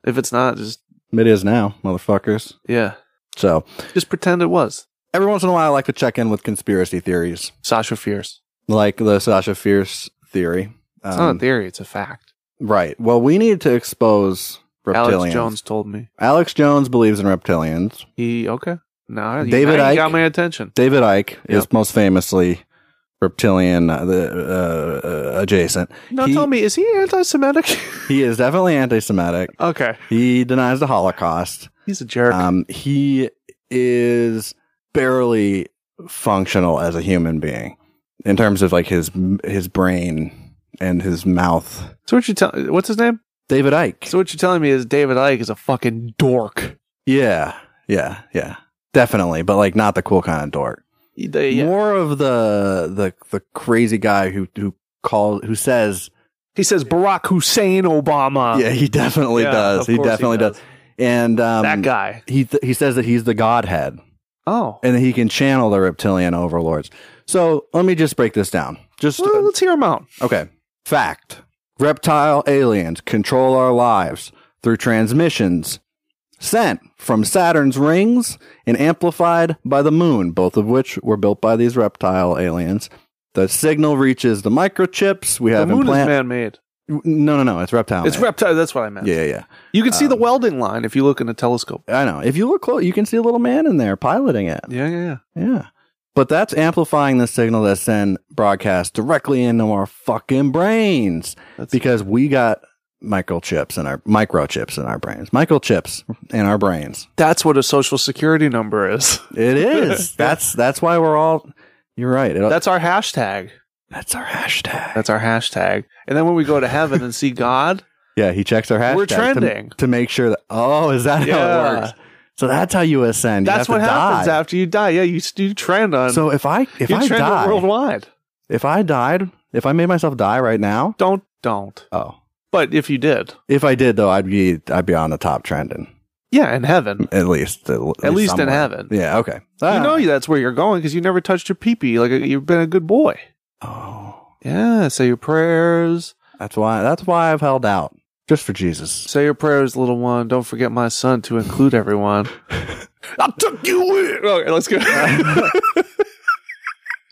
Speaker 2: If it's not, just
Speaker 1: It is now, motherfuckers.
Speaker 2: yeah,
Speaker 1: So
Speaker 2: just pretend it was
Speaker 1: every once in a while, I like to check in with conspiracy theories,
Speaker 2: Sasha Fierce.
Speaker 1: like the Sasha Fierce theory.
Speaker 2: It's
Speaker 1: Um,
Speaker 2: not a theory; it's a fact.
Speaker 1: right. Well, we need to expose reptilians.
Speaker 2: Alex Jones told me
Speaker 1: Alex Jones believes in reptilians.
Speaker 2: he okay. No, you-
Speaker 1: David
Speaker 2: now you
Speaker 1: Icke.
Speaker 2: got my attention.
Speaker 1: David Ike is
Speaker 2: Yep.
Speaker 1: most famously reptilian uh, the, uh, uh, adjacent.
Speaker 2: Now
Speaker 1: He-
Speaker 2: tell me, is he anti-Semitic?
Speaker 1: He is definitely anti-Semitic.
Speaker 2: okay,
Speaker 1: He denies the Holocaust.
Speaker 2: he's a jerk.
Speaker 1: Um, he is barely functional as a human being in terms of like his his brain and his mouth.
Speaker 2: so what you tell? What's his name?
Speaker 1: David Ike.
Speaker 2: So what you're telling me is David Icke is a fucking dork.
Speaker 1: yeah, yeah, yeah, definitely. But like not the cool kind of dork.
Speaker 2: He- they- yeah.
Speaker 1: More of the the the crazy guy who who calls who says
Speaker 2: He says Barack Hussein Obama.
Speaker 1: yeah he definitely
Speaker 2: Uh, Yeah,
Speaker 1: does
Speaker 2: of
Speaker 1: he
Speaker 2: course
Speaker 1: definitely does. and um,
Speaker 2: That guy.
Speaker 1: he th- he says that he's the godhead
Speaker 2: Oh,
Speaker 1: and that he can channel the reptilian overlords. So let me just break this down. Just
Speaker 2: Well, let's hear him out.
Speaker 1: okay. Fact: reptile aliens control our lives through transmissions sent from Saturn's rings and amplified by the moon, both of which were built by these reptile aliens. The signal reaches the microchips we
Speaker 2: The
Speaker 1: have
Speaker 2: moon is
Speaker 1: implanted.
Speaker 2: man-made.
Speaker 1: No, no, no. It's reptile.
Speaker 2: It's
Speaker 1: Oh, man.
Speaker 2: reptile. That's what I meant.
Speaker 1: Yeah, Um, yeah.
Speaker 2: You can see the welding line if you look in a telescope.
Speaker 1: yeah. I know. If you look close, you can see a little man in there piloting it.
Speaker 2: Yeah, yeah, yeah.
Speaker 1: Yeah. But that's amplifying the signal that's then broadcast directly into our fucking brains
Speaker 2: That's
Speaker 1: because we got microchips in our microchips in our brains. Microchips in our brains.
Speaker 2: that's what a social security number is.
Speaker 1: It is. that's that's why we're all You're right. It,
Speaker 2: That's our hashtag.
Speaker 1: that's our hashtag.
Speaker 2: That's our hashtag. And then when we go to heaven and see God,
Speaker 1: yeah, he checks our hashtag
Speaker 2: We're
Speaker 1: to-
Speaker 2: trending.
Speaker 1: to, make sure that Oh, is that how
Speaker 2: Yeah.
Speaker 1: it works? So that's how you ascend. You
Speaker 2: that's
Speaker 1: have
Speaker 2: what
Speaker 1: to
Speaker 2: happens
Speaker 1: die.
Speaker 2: after you die. Yeah, you you trend on.
Speaker 1: So if I if
Speaker 2: you
Speaker 1: I
Speaker 2: trend
Speaker 1: die,
Speaker 2: worldwide.
Speaker 1: if I died, if I made myself die right now,
Speaker 2: Don't don't.
Speaker 1: oh,
Speaker 2: But if you did,
Speaker 1: If I did though, I'd be I'd be on the top trending
Speaker 2: yeah, in heaven,
Speaker 1: at least. At,
Speaker 2: at least in
Speaker 1: somewhere.
Speaker 2: heaven,
Speaker 1: Yeah. Okay. Ah.
Speaker 2: you know that's where you're going because you never touched your peepee. Like you've been a good boy.
Speaker 1: Oh,
Speaker 2: Yeah, say your prayers.
Speaker 1: that's why. That's why I've held out just for Jesus.
Speaker 2: Say your prayers, little one. Don't forget my son to include everyone. I took you in. Okay, let's go.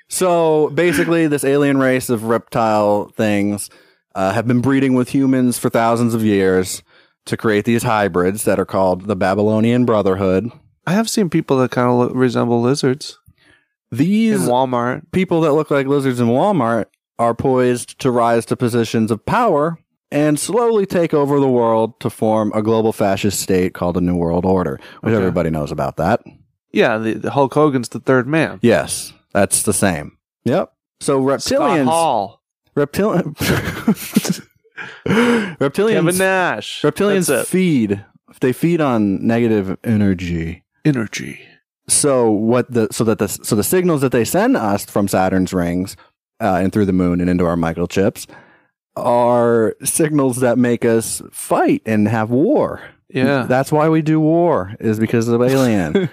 Speaker 1: So basically, this alien race of reptile things uh, have been breeding with humans for thousands of years to create these hybrids that are called the Babylonian Brotherhood.
Speaker 2: I have seen people that kind of look, resemble lizards in
Speaker 1: These
Speaker 2: Walmart.
Speaker 1: people that look like lizards in Walmart are poised to rise to positions of power and slowly take over the world to form a global fascist state called a New World Order, which
Speaker 2: Okay.
Speaker 1: everybody knows about that.
Speaker 2: Yeah, the, the Hulk Hogan's the third man.
Speaker 1: Yes, that's the same. Yep. So
Speaker 2: Scott
Speaker 1: reptilians,
Speaker 2: Hall,
Speaker 1: reptilian,
Speaker 2: Kevin
Speaker 1: reptilians,
Speaker 2: Nash.
Speaker 1: reptilians
Speaker 2: That's it.
Speaker 1: feed. They feed on negative energy.
Speaker 2: energy.
Speaker 1: so what the so that the so the signals that they send us from Saturn's rings uh, and through the moon and into our microchips are signals that make us fight and have war.
Speaker 2: Yeah.
Speaker 1: that's why we do war is because of alien.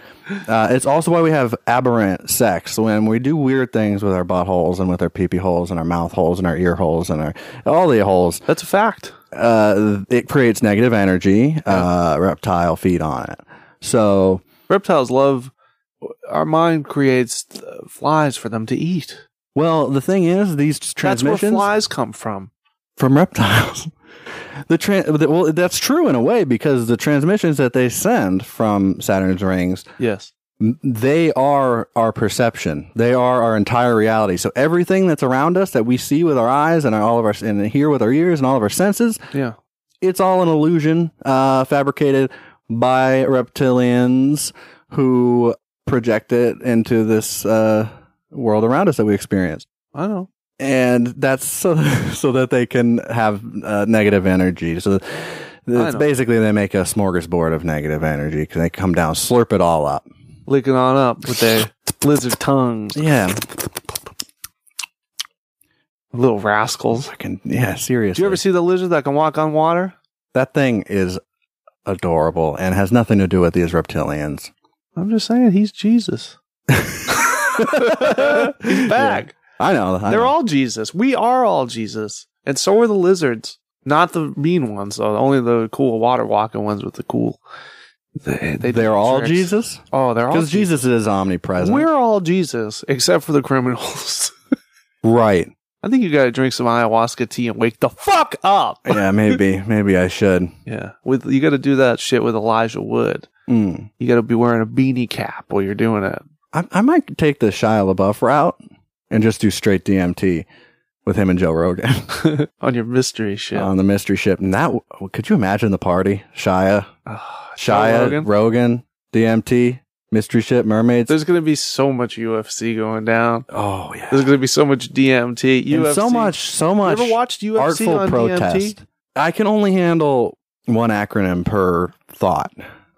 Speaker 1: uh, it's also why we have aberrant sex when we do weird things with our buttholes and with our peepee holes and our mouth holes and our ear holes and our all the holes.
Speaker 2: That's a fact.
Speaker 1: Uh, it creates negative energy. Uh, reptile feed on it. So
Speaker 2: Reptiles love. Our mind creates uh, flies for them to eat.
Speaker 1: Well, the thing is, these
Speaker 2: That's where
Speaker 1: transmissions
Speaker 2: flies come from.
Speaker 1: from reptiles. The tran well, that's true in a way because the transmissions that they send from Saturn's rings,
Speaker 2: Yes.
Speaker 1: m- they are our perception. They are our entire reality. So everything that's around us that we see with our eyes and all of our and hear with our ears and all of our senses,
Speaker 2: Yeah.
Speaker 1: it's all an illusion uh, fabricated by reptilians who project it into this uh, world around us that we experience
Speaker 2: I know.
Speaker 1: and that's so so that they can have uh, negative energy. So it's
Speaker 2: know.
Speaker 1: basically they make a smorgasbord of negative energy because they come down, slurp it all up.
Speaker 2: Licking on up with their lizard tongues.
Speaker 1: Yeah,
Speaker 2: Little rascals.
Speaker 1: fucking yeah, seriously.
Speaker 2: Do you ever see the lizard that can walk on water?
Speaker 1: that thing is adorable and has nothing to do with these reptilians.
Speaker 2: I'm just saying he's Jesus. he's back.
Speaker 1: I know. I
Speaker 2: They're
Speaker 1: know.
Speaker 2: all Jesus. We are all Jesus. And so are the lizards. Not the mean ones, though. Only the cool water walking ones with the cool. They, they do
Speaker 1: They're all
Speaker 2: tricks.
Speaker 1: Jesus
Speaker 2: Oh, they're all
Speaker 1: because Jesus is omnipresent.
Speaker 2: We're all Jesus, except for the criminals.
Speaker 1: right.
Speaker 2: I think you got to drink some ayahuasca tea and wake the fuck up.
Speaker 1: Yeah, maybe maybe I should.
Speaker 2: Yeah, with you got to do that shit with Elijah Wood.
Speaker 1: Mm.
Speaker 2: You got to be wearing a beanie cap while you're doing it.
Speaker 1: I, I might take the Shia LaBeouf route and just do straight DMT with him and Joe Rogan
Speaker 2: on your mystery ship.
Speaker 1: on the mystery ship. And that w- could you imagine the party? Shia,
Speaker 2: Ah, Joe
Speaker 1: Shia,
Speaker 2: Rogan.
Speaker 1: Rogan? DMT, mystery ship, mermaids.
Speaker 2: There's gonna be so much UFC going down.
Speaker 1: oh yeah,
Speaker 2: There's gonna be so much DMT.
Speaker 1: And
Speaker 2: UFC.
Speaker 1: so much, so
Speaker 2: You
Speaker 1: much.
Speaker 2: ever watched UFC
Speaker 1: artful
Speaker 2: on
Speaker 1: protest.
Speaker 2: DMT?
Speaker 1: I can only handle one acronym per thought,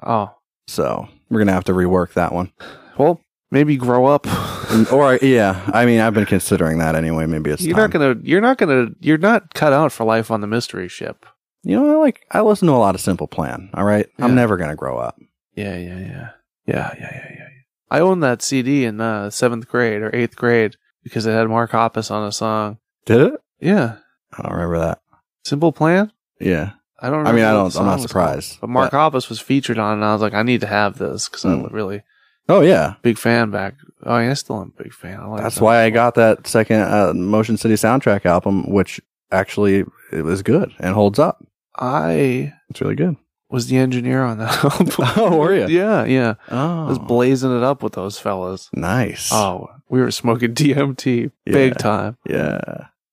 Speaker 2: Oh,
Speaker 1: so we're gonna have to rework that one.
Speaker 2: well, maybe grow up.
Speaker 1: And- or yeah, I mean, I've been considering that anyway. Maybe it's
Speaker 2: you're
Speaker 1: time.
Speaker 2: not gonna. You're not gonna. You're not cut out for life on the mystery ship.
Speaker 1: You know, I like I listen to a lot of Simple Plan. All right,
Speaker 2: Yeah.
Speaker 1: I'm never gonna grow up.
Speaker 2: Yeah, yeah, yeah, yeah, yeah, yeah, yeah. I owned that CD in uh, seventh grade or eighth grade because it had Mark Hoppus on a song.
Speaker 1: Did it?
Speaker 2: Yeah,
Speaker 1: I don't remember that.
Speaker 2: Simple Plan.
Speaker 1: Yeah,
Speaker 2: I don't.
Speaker 1: I mean,
Speaker 2: remember
Speaker 1: I
Speaker 2: what
Speaker 1: don't-
Speaker 2: the
Speaker 1: I'm
Speaker 2: song
Speaker 1: not
Speaker 2: was
Speaker 1: surprised,
Speaker 2: called, but Mark
Speaker 1: but-
Speaker 2: Hoppus was featured on, it, and I was like, I need to have this because I'm
Speaker 1: Mm.
Speaker 2: really
Speaker 1: Oh yeah,
Speaker 2: big fan back. Oh, yeah, I still am a big fan. I like
Speaker 1: that's
Speaker 2: that.
Speaker 1: why I got that second uh, Motion City soundtrack album, which actually it was good and holds up.
Speaker 2: I
Speaker 1: It's really good.
Speaker 2: was the engineer on that album.
Speaker 1: Oh, were ya?
Speaker 2: Yeah, yeah. I
Speaker 1: Oh,
Speaker 2: was blazing it up with those fellas.
Speaker 1: nice.
Speaker 2: Oh, we were smoking DMT big
Speaker 1: Yeah.
Speaker 2: time.
Speaker 1: yeah.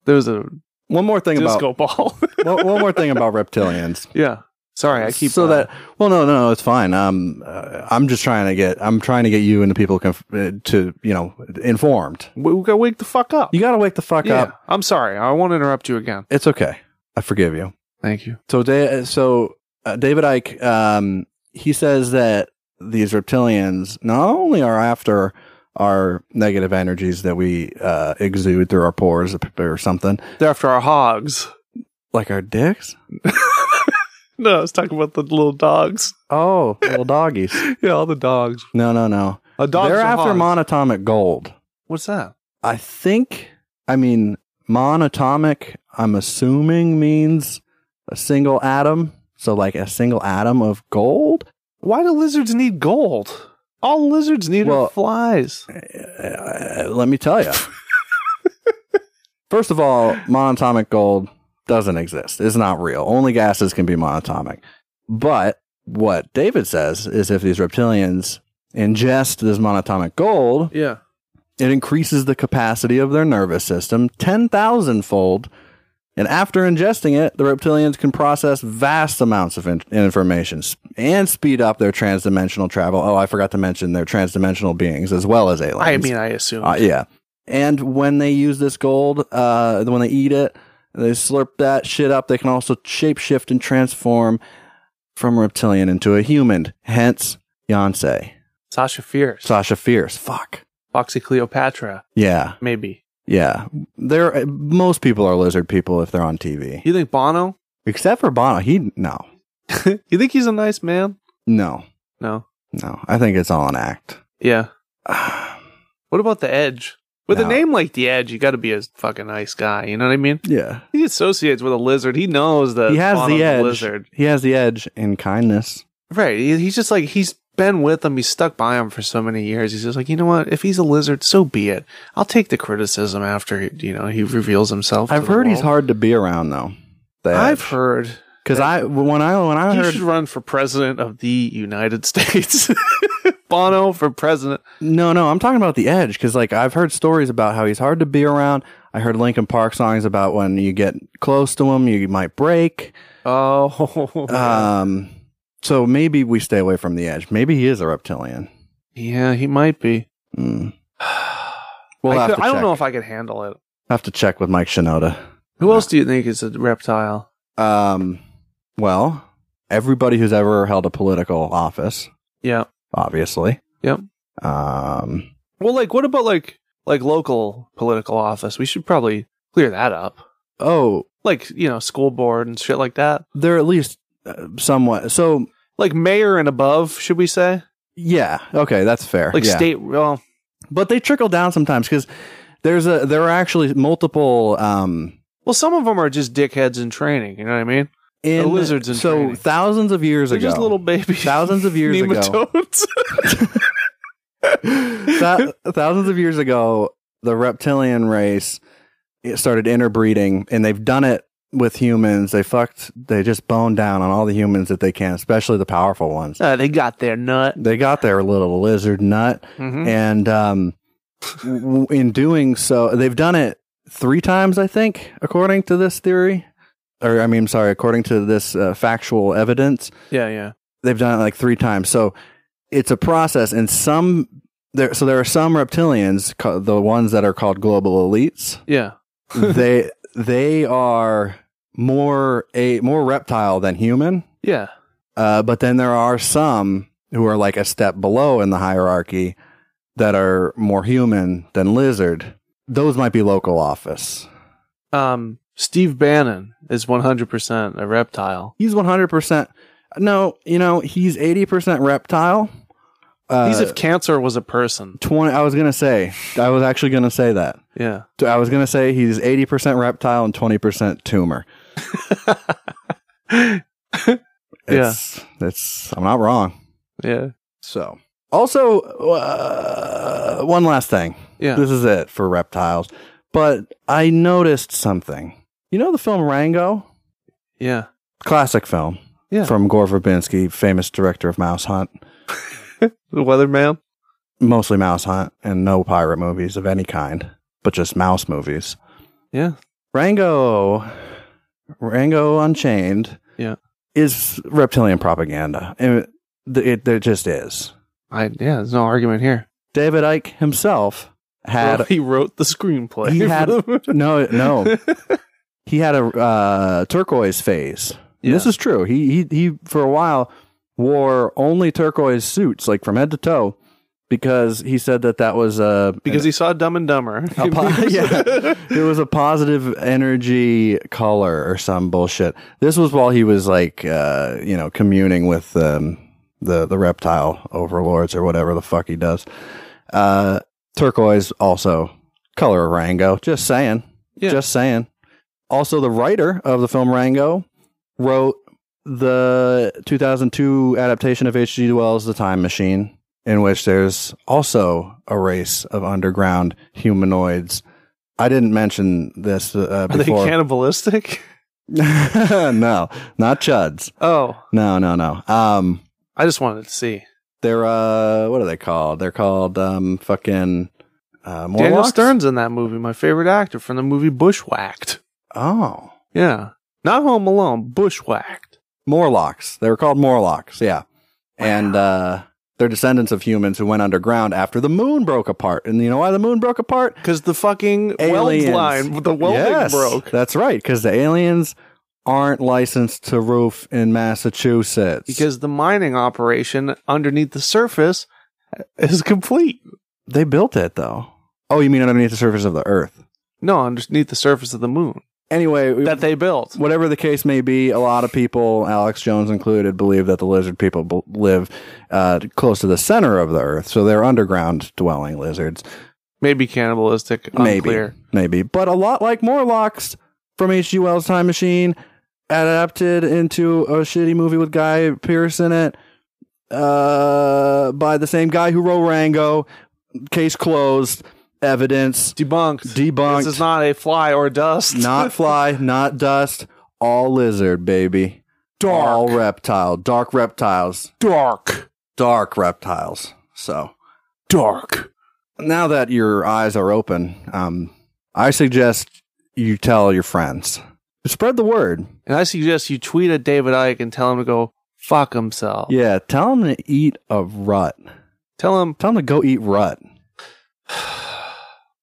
Speaker 2: There was a
Speaker 1: One more thing
Speaker 2: disco ball.
Speaker 1: about one, one more thing about reptilians.
Speaker 2: yeah. Sorry, I keep
Speaker 1: so
Speaker 2: uh,
Speaker 1: that well no no it's fine um uh, i'm just trying to get i'm trying to get you and the people conf- uh, to you know informed
Speaker 2: We, we gotta wake the fuck up.
Speaker 1: you gotta wake the fuck
Speaker 2: yeah.
Speaker 1: up
Speaker 2: I'm sorry. I won't interrupt you again.
Speaker 1: it's okay i forgive you
Speaker 2: Thank you.
Speaker 1: So, da- so uh, David Icke, um, he says that these reptilians not only are after our negative energies that we uh, exude through our pores or something,
Speaker 2: They're after our hogs.
Speaker 1: like our dicks.
Speaker 2: No, I was talking about the little dogs.
Speaker 1: Oh, little doggies.
Speaker 2: Yeah, all the dogs.
Speaker 1: No, no, no.
Speaker 2: A dog.
Speaker 1: They're after monatomic gold.
Speaker 2: What's that?
Speaker 1: I think. I mean, monatomic. I'm assuming means a single atom. So, like a single atom of gold.
Speaker 2: Why do lizards need gold? All lizards need
Speaker 1: Well-
Speaker 2: are flies.
Speaker 1: Uh, let me tell you. First of all, monatomic gold doesn't exist. It's not real. Only gases can be monatomic. But what David says is if these reptilians ingest this monatomic gold,
Speaker 2: Yeah.
Speaker 1: it increases the capacity of their nervous system 10,000 fold. And after ingesting it, the reptilians can process vast amounts of in- information s- and speed up their transdimensional travel. Oh, I forgot to mention they're transdimensional beings as well as aliens.
Speaker 2: I mean, I assume.
Speaker 1: Uh, yeah. And when they use this gold, uh, when they eat it, they slurp that shit up. They can also shapeshift and transform from a reptilian into a human. Hence, Yonsei.
Speaker 2: Sasha Fierce.
Speaker 1: Sasha Fierce. Fuck.
Speaker 2: Foxy Cleopatra.
Speaker 1: Yeah.
Speaker 2: Maybe.
Speaker 1: Yeah. They're, most people are lizard people if they're on TV.
Speaker 2: You think Bono?
Speaker 1: Except for Bono. He, no.
Speaker 2: you think he's a nice man?
Speaker 1: No.
Speaker 2: No.
Speaker 1: No. I think it's all an act.
Speaker 2: Yeah. What about the Edge? With a
Speaker 1: No.
Speaker 2: name like the Edge, you got to be a fucking nice guy. You know what I mean?
Speaker 1: yeah.
Speaker 2: He associates with a lizard. He knows that
Speaker 1: He has
Speaker 2: Bono's
Speaker 1: the
Speaker 2: a
Speaker 1: edge.
Speaker 2: Lizard,
Speaker 1: He has the edge in kindness.
Speaker 2: right? He- He's just like he's been with him. He's stuck by him for so many years. He's just like, you know what? If he's a lizard, so be it. I'll take the criticism after you know he reveals himself. to
Speaker 1: I've
Speaker 2: the
Speaker 1: heard he's
Speaker 2: world.
Speaker 1: hard to be around, though. The
Speaker 2: I've
Speaker 1: Edge.
Speaker 2: heard
Speaker 1: Because I when I when I
Speaker 2: he
Speaker 1: heard
Speaker 2: should run for president of the United States. Bono for president.
Speaker 1: no no I'm talking about the Edge because like I've heard stories about how he's hard to be around. I heard Linkin Park songs about when you get close to him you might break.
Speaker 2: Oh,
Speaker 1: Um, so maybe we stay away from the Edge. Maybe he is a reptilian.
Speaker 2: yeah, he might be.
Speaker 1: Mm.
Speaker 2: I
Speaker 1: We'll have
Speaker 2: could-
Speaker 1: to
Speaker 2: I don't
Speaker 1: check.
Speaker 2: know if I could handle it.
Speaker 1: have to check with Mike Shinoda.
Speaker 2: Who else do you think is a reptile?
Speaker 1: Um, well, everybody who's ever held a political office,
Speaker 2: Yeah.
Speaker 1: obviously.
Speaker 2: Yep.
Speaker 1: Um,
Speaker 2: Well, like, what about like like local political office? We should probably clear that up.
Speaker 1: oh,
Speaker 2: Like, you know, school board and shit like that.
Speaker 1: they're at least uh, somewhat so.
Speaker 2: Like mayor and above, should we say?
Speaker 1: Yeah. Okay, that's fair.
Speaker 2: Like
Speaker 1: yeah.
Speaker 2: state, well,
Speaker 1: but they trickle down sometimes because there's a there are actually multiple um
Speaker 2: well, some of them are just dickheads in training. You know what I mean?
Speaker 1: in
Speaker 2: lizards in
Speaker 1: so
Speaker 2: training.
Speaker 1: thousands of years
Speaker 2: They're
Speaker 1: ago
Speaker 2: just little baby
Speaker 1: thousands of years ago
Speaker 2: nematodes.
Speaker 1: thou- thousands of years ago the reptilian race it started interbreeding and they've done it with humans they fucked they just boned down on all the humans that they can especially the powerful ones
Speaker 2: Uh, they got their nut.
Speaker 1: they got their little lizard nut
Speaker 2: Mm-hmm.
Speaker 1: and um, w- in doing so, they've done it three times, I think, according to this theory, or I mean, sorry, according to this uh, factual evidence,
Speaker 2: Yeah, yeah.
Speaker 1: they've done it like three times. So it's a process, and some there, so there are some reptilians, ca- the ones that are called global elites.
Speaker 2: Yeah.
Speaker 1: they they are more a more reptile than human.
Speaker 2: Yeah.
Speaker 1: Uh, but then there are some who are like a step below in the hierarchy that are more human than lizard. Those might be local office.
Speaker 2: Um, Steve Bannon is 100% a reptile.
Speaker 1: He's 100%. No, you know, he's 80% reptile. Uh,
Speaker 2: He's if cancer was a person.
Speaker 1: 20, I was going to say, I was actually going to say that.
Speaker 2: Yeah.
Speaker 1: I was going to say he's 80% reptile and 20% tumor. It's, it's, I'm not wrong.
Speaker 2: Yeah.
Speaker 1: So, also, uh, one last thing.
Speaker 2: Yeah.
Speaker 1: This is it for reptiles. But I noticed something. You know the film Rango?
Speaker 2: Yeah.
Speaker 1: Classic film.
Speaker 2: Yeah.
Speaker 1: From Gore Verbinski, famous director of Mouse Hunt.
Speaker 2: The weatherman?
Speaker 1: Mostly Mouse Hunt and no pirate movies of any kind, but just mouse movies.
Speaker 2: Yeah.
Speaker 1: Rango Rango Unchained
Speaker 2: Yeah.
Speaker 1: is reptilian propaganda. And it, it, it just is.
Speaker 2: I yeah, there's no argument here.
Speaker 1: David Icke himself had
Speaker 2: he wrote the screenplay.
Speaker 1: He had- no no he had a uh, turquoise phase. And This
Speaker 2: Yeah.
Speaker 1: is true. He he he for a while wore only turquoise suits, like from head to toe, because he said that that was a
Speaker 2: because he saw Dumb and Dumber.
Speaker 1: a po- yeah, it was a positive energy color or some bullshit. This was while he was like uh, you know communing with um, the the reptile overlords or whatever the fuck he does. Uh, turquoise also color of Rango. Just saying.
Speaker 2: Yeah.
Speaker 1: Just saying. Also, the writer of the film Rango wrote the 2002 adaptation of H.G. Wells' The Time Machine, in which there's also a race of underground humanoids. I didn't mention this uh,
Speaker 2: Are they
Speaker 1: before.
Speaker 2: cannibalistic?
Speaker 1: no, not chuds.
Speaker 2: Oh,
Speaker 1: No, no, no. Um,
Speaker 2: I just wanted to see.
Speaker 1: they're uh, what are they called? They're called um, fucking uh,
Speaker 2: Daniel
Speaker 1: Morlocks?
Speaker 2: Stern's in that movie, my favorite actor from the movie Bushwhacked.
Speaker 1: Oh,
Speaker 2: Yeah. Not Home Alone, Bushwhacked.
Speaker 1: Morlocks. They were called Morlocks, yeah. And uh, they're descendants of humans who went underground after the moon broke apart. And you know why the moon broke apart?
Speaker 2: Because the fucking
Speaker 1: Aliens.
Speaker 2: weld line, the welding
Speaker 1: Yes,
Speaker 2: broke.
Speaker 1: That's right, because the aliens aren't licensed to roof in Massachusetts.
Speaker 2: Because the mining operation underneath the surface is complete.
Speaker 1: they built it, though. Oh, you mean underneath the surface of the earth?
Speaker 2: No, underneath the surface of the moon
Speaker 1: Anyway, we-
Speaker 2: that they built.
Speaker 1: whatever the case may be, a lot of people, Alex Jones included, believe that the lizard people b- live uh, close to the center of the earth. So they're underground dwelling lizards.
Speaker 2: Maybe cannibalistic. Unclear.
Speaker 1: Maybe, maybe, but a lot like Morlocks from H.G. Wells' Time Machine, adapted into a shitty movie with Guy Pearce in it, uh, by the same guy who wrote Rango. Case closed. Evidence
Speaker 2: Debunked.
Speaker 1: debunked.
Speaker 2: This is not a fly or dust.
Speaker 1: not fly, not dust. All lizard, baby. Dark. All reptile. Dark reptiles.
Speaker 2: dark.
Speaker 1: Dark reptiles. So.
Speaker 2: Dark.
Speaker 1: now that your eyes are open, um, I suggest you tell your friends. Spread the word.
Speaker 2: And I suggest you tweet at David Icke and tell him to go fuck himself.
Speaker 1: Yeah, tell them to eat a rut.
Speaker 2: Tell him.
Speaker 1: Tell them to go eat rut.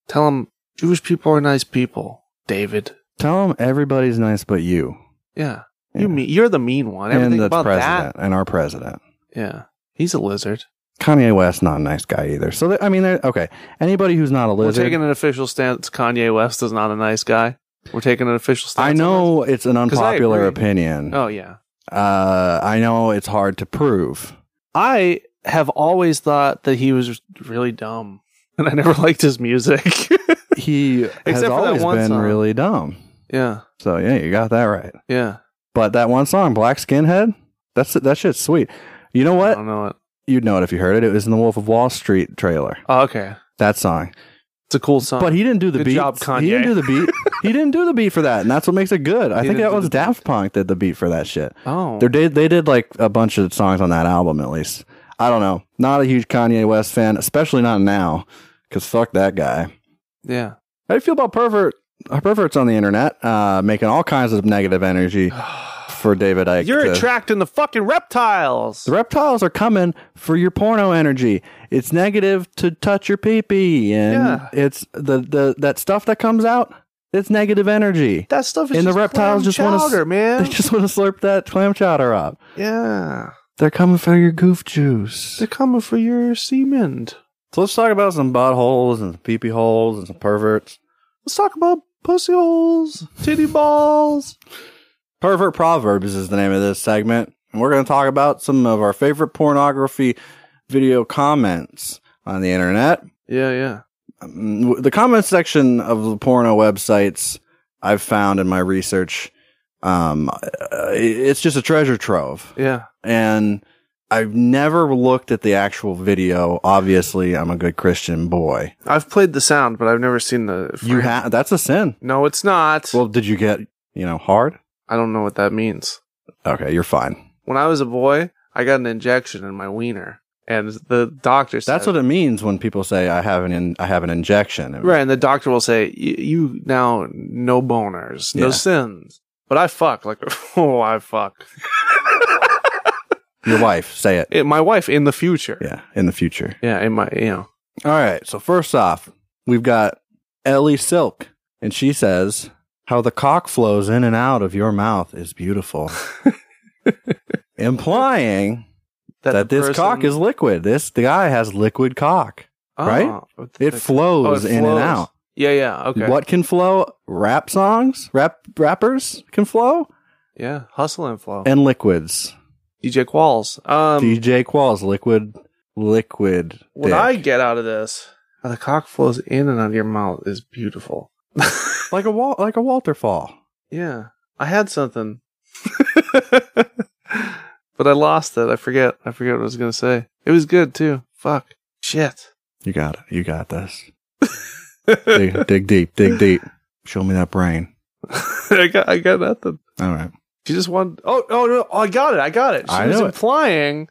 Speaker 2: Tell him Jewish people are nice people. David.
Speaker 1: Tell them everybody's nice but you.
Speaker 2: Yeah.
Speaker 1: Yeah.
Speaker 2: You mean you're the mean one.
Speaker 1: And
Speaker 2: Everything
Speaker 1: the
Speaker 2: about
Speaker 1: president
Speaker 2: that.
Speaker 1: and our president.
Speaker 2: Yeah. He's a lizard.
Speaker 1: Kanye West not a nice guy either. So they- I mean, they're- okay. Anybody who's not a
Speaker 2: We're
Speaker 1: lizard,
Speaker 2: taking an official stance. Kanye West is not a nice guy. We're taking an official stance.
Speaker 1: I
Speaker 2: on
Speaker 1: know it's an
Speaker 2: 'Cause I Oh.
Speaker 1: unpopular
Speaker 2: agree.
Speaker 1: opinion.
Speaker 2: this. Oh yeah.
Speaker 1: Uh, I know it's hard to prove.
Speaker 2: I have always thought that he was really dumb, and I never liked his music.
Speaker 1: He has
Speaker 2: for that
Speaker 1: always
Speaker 2: one
Speaker 1: been
Speaker 2: song.
Speaker 1: really dumb.
Speaker 2: yeah,
Speaker 1: So yeah, you got that right.
Speaker 2: yeah.
Speaker 1: But that one song, Black Skinhead, that's that shit's sweet. You know
Speaker 2: I
Speaker 1: what?
Speaker 2: don't know it.
Speaker 1: You'd know it if you heard it. It was in the Wolf of Wall Street trailer.
Speaker 2: Oh, okay,
Speaker 1: That song.
Speaker 2: it's a cool song.
Speaker 1: But he didn't do the
Speaker 2: Uh-huh. Good
Speaker 1: beat.
Speaker 2: job,
Speaker 1: He didn't
Speaker 2: Kanye.
Speaker 1: do the beat. he didn't do the beat for that, and that's what makes it good. I
Speaker 2: He
Speaker 1: think that
Speaker 2: didn't do
Speaker 1: was
Speaker 2: the
Speaker 1: Daft Punk that did the beat for that shit.
Speaker 2: oh,
Speaker 1: They did they did like a bunch of songs on that album at least. I don't know. Not a huge Kanye West fan, especially not now, because fuck that guy.
Speaker 2: yeah.
Speaker 1: How do you feel about pervert? uh, Perverts on the internet, uh, making all kinds of negative energy for David Icke.
Speaker 2: You're
Speaker 1: to-
Speaker 2: attracting the fucking reptiles.
Speaker 1: the reptiles are coming for your porno energy. It's negative to touch your pee pee, and
Speaker 2: Yeah.
Speaker 1: it's the, the that stuff that comes out. It's negative energy.
Speaker 2: that stuff is
Speaker 1: and the
Speaker 2: just
Speaker 1: reptiles
Speaker 2: clam
Speaker 1: just wanna s-
Speaker 2: chowder, man.
Speaker 1: They just want to slurp that clam chowder up.
Speaker 2: yeah,
Speaker 1: They're coming for your goof juice.
Speaker 2: they're coming for your semen.
Speaker 1: So let's talk about some buttholes and some pee pee holes and some perverts.
Speaker 2: Let's talk about pussy holes, titty balls.
Speaker 1: Pervert Proverbs is the name of this segment. And we're going to talk about some of our favorite pornography video comments on the internet.
Speaker 2: Yeah, yeah.
Speaker 1: Um, w- The comment section of the porno websites I've found in my research, um, uh, it's just a treasure trove.
Speaker 2: Yeah.
Speaker 1: And I've never looked at the actual video. Obviously, I'm a good Christian boy.
Speaker 2: I've played the sound, but I've never seen the.
Speaker 1: You ha- that's a sin.
Speaker 2: No, it's not.
Speaker 1: Well, did you get, you know, hard?
Speaker 2: I don't know what that means.
Speaker 1: Okay, you're fine.
Speaker 2: When I was a boy, I got an injection in my wiener, and the doctor said,
Speaker 1: That's what it means when people say I have an in, I have an injection. It-
Speaker 2: right." And the doctor will say, "Y- "You now no boners, no
Speaker 1: Yeah.
Speaker 2: sins." But I fuck like, oh, I fuck
Speaker 1: Your wife say it.
Speaker 2: it, my wife in the future.
Speaker 1: Yeah, in the future.
Speaker 2: yeah, in my you know,
Speaker 1: All right. So first off, we've got Ellie Silk, and she says how the cock flows in and out of your mouth is beautiful, implying that,
Speaker 2: the
Speaker 1: this cock
Speaker 2: person-
Speaker 1: is liquid. This the guy has liquid cock. right?
Speaker 2: Oh,
Speaker 1: It
Speaker 2: the- oh,
Speaker 1: flows
Speaker 2: it
Speaker 1: in
Speaker 2: flows.
Speaker 1: and out.
Speaker 2: Yeah, yeah, okay.
Speaker 1: What can flow? Rap songs, rap rappers can flow,
Speaker 2: Yeah, hustle and flow.
Speaker 1: and liquids.
Speaker 2: DJ Qualls. Um,
Speaker 1: DJ Qualls, liquid, liquid.
Speaker 2: What
Speaker 1: dick.
Speaker 2: I get out of this, how the cock flows in and out of your mouth is beautiful.
Speaker 1: like a wall, like a Walter Fall.
Speaker 2: yeah, I had something, but I lost it. I forget. I forget what I was gonna say. It was good too. Fuck. Shit.
Speaker 1: You got it. You got this. dig, dig deep. Dig deep. Show me that brain.
Speaker 2: I got. I got nothing.
Speaker 1: All right.
Speaker 2: She just wanted. Oh, oh no! Oh, I got it. I got it. She
Speaker 1: I
Speaker 2: was
Speaker 1: know it.
Speaker 2: implying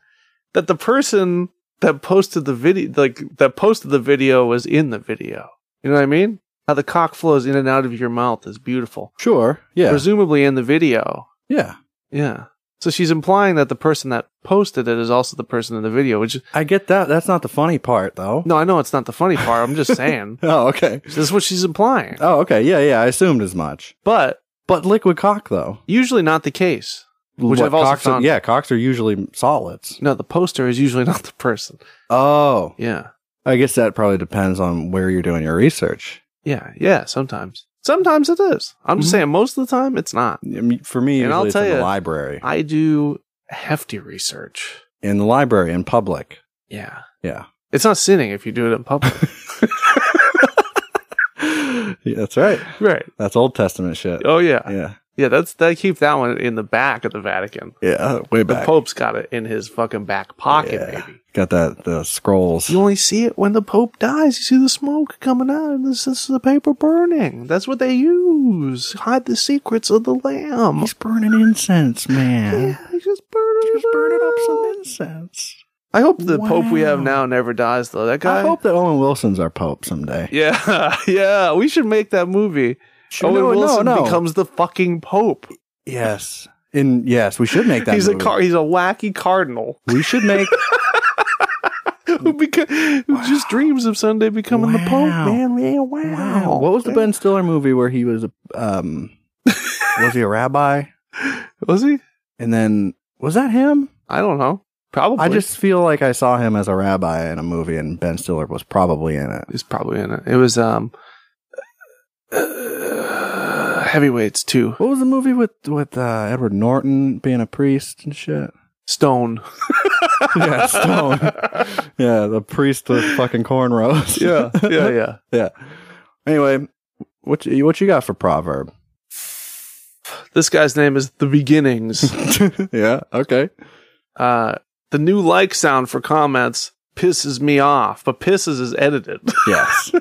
Speaker 2: that the person that posted the video, like that posted the video, was in the video. You know what I mean? How the cock flows in and out of your mouth is beautiful.
Speaker 1: Sure. Yeah.
Speaker 2: Presumably in the video.
Speaker 1: yeah.
Speaker 2: Yeah. So she's implying that the person that posted it is also the person in the video, which
Speaker 1: I get that. That's not the funny part, though.
Speaker 2: no, I know it's not the funny part. I'm just saying.
Speaker 1: Oh, okay.
Speaker 2: this is what she's implying.
Speaker 1: Oh, okay. Yeah, yeah. I assumed as much.
Speaker 2: But
Speaker 1: But liquid cock, though.
Speaker 2: usually not the case. Which I've also
Speaker 1: cocks are-
Speaker 2: found.
Speaker 1: yeah, cocks are usually solids.
Speaker 2: No, the poster is usually not the person.
Speaker 1: Oh.
Speaker 2: Yeah.
Speaker 1: I guess that probably depends on where you're doing your research.
Speaker 2: Yeah. Yeah. Sometimes. Sometimes it is. I'm just
Speaker 1: Mhm.
Speaker 2: saying most of the time it's not.
Speaker 1: I mean, For me,
Speaker 2: And
Speaker 1: usually
Speaker 2: I'll
Speaker 1: it's
Speaker 2: tell
Speaker 1: in the
Speaker 2: ya-
Speaker 1: library.
Speaker 2: I do hefty research.
Speaker 1: in the library, in public.
Speaker 2: Yeah.
Speaker 1: Yeah.
Speaker 2: It's not sinning if you do it in public.
Speaker 1: yeah. That's right.
Speaker 2: right.
Speaker 1: That's Old Testament shit.
Speaker 2: Oh yeah.
Speaker 1: Yeah.
Speaker 2: Yeah, that's they keep that one in the back of the Vatican.
Speaker 1: Yeah. Way
Speaker 2: The
Speaker 1: back.
Speaker 2: Pope's got it in his fucking back pocket,
Speaker 1: Yeah.
Speaker 2: baby.
Speaker 1: Got that the scrolls.
Speaker 2: You only see it when the Pope dies. You see the smoke coming out, and this is the paper burning. That's what they use. Hide the secrets of the Lamb.
Speaker 1: He's burning incense, man.
Speaker 2: Yeah, just burn it,
Speaker 1: Just burning up some
Speaker 2: out.
Speaker 1: incense.
Speaker 2: I hope the Pope we have
Speaker 1: Wow.
Speaker 2: now never dies, though. That guy.
Speaker 1: I hope that Owen Wilson's our pope someday.
Speaker 2: yeah, yeah. We should make that movie. Owen
Speaker 1: no, no,
Speaker 2: Wilson
Speaker 1: no.
Speaker 2: becomes the fucking Pope.
Speaker 1: Yes, and yes, we should make that.
Speaker 2: he's
Speaker 1: movie.
Speaker 2: a car. He's a wacky cardinal
Speaker 1: We should make.
Speaker 2: who, beca- who just dreams of someday becoming the Pope.
Speaker 1: Wow.
Speaker 2: Man, yeah, wow.
Speaker 1: wow. What was the Ben Stiller movie where he was a um, was he a rabbi?
Speaker 2: Was he?
Speaker 1: And then was that him?
Speaker 2: I don't know. Probably.
Speaker 1: I just feel like I saw him as a rabbi in a movie, and Ben Stiller was probably in it.
Speaker 2: is probably in it. It was um uh, heavyweights too.
Speaker 1: What was the movie with with uh, Edward Norton being a priest and shit?
Speaker 2: Stone.
Speaker 1: yeah, stone. yeah, the priest with fucking cornrows.
Speaker 2: Yeah, yeah, yeah.
Speaker 1: yeah. Anyway, what you, what you got for proverb?
Speaker 2: This guy's name is The Beginnings.
Speaker 1: yeah. Okay.
Speaker 2: Uh, the new like sound for comments pisses me off, but pisses is edited.
Speaker 1: Yes.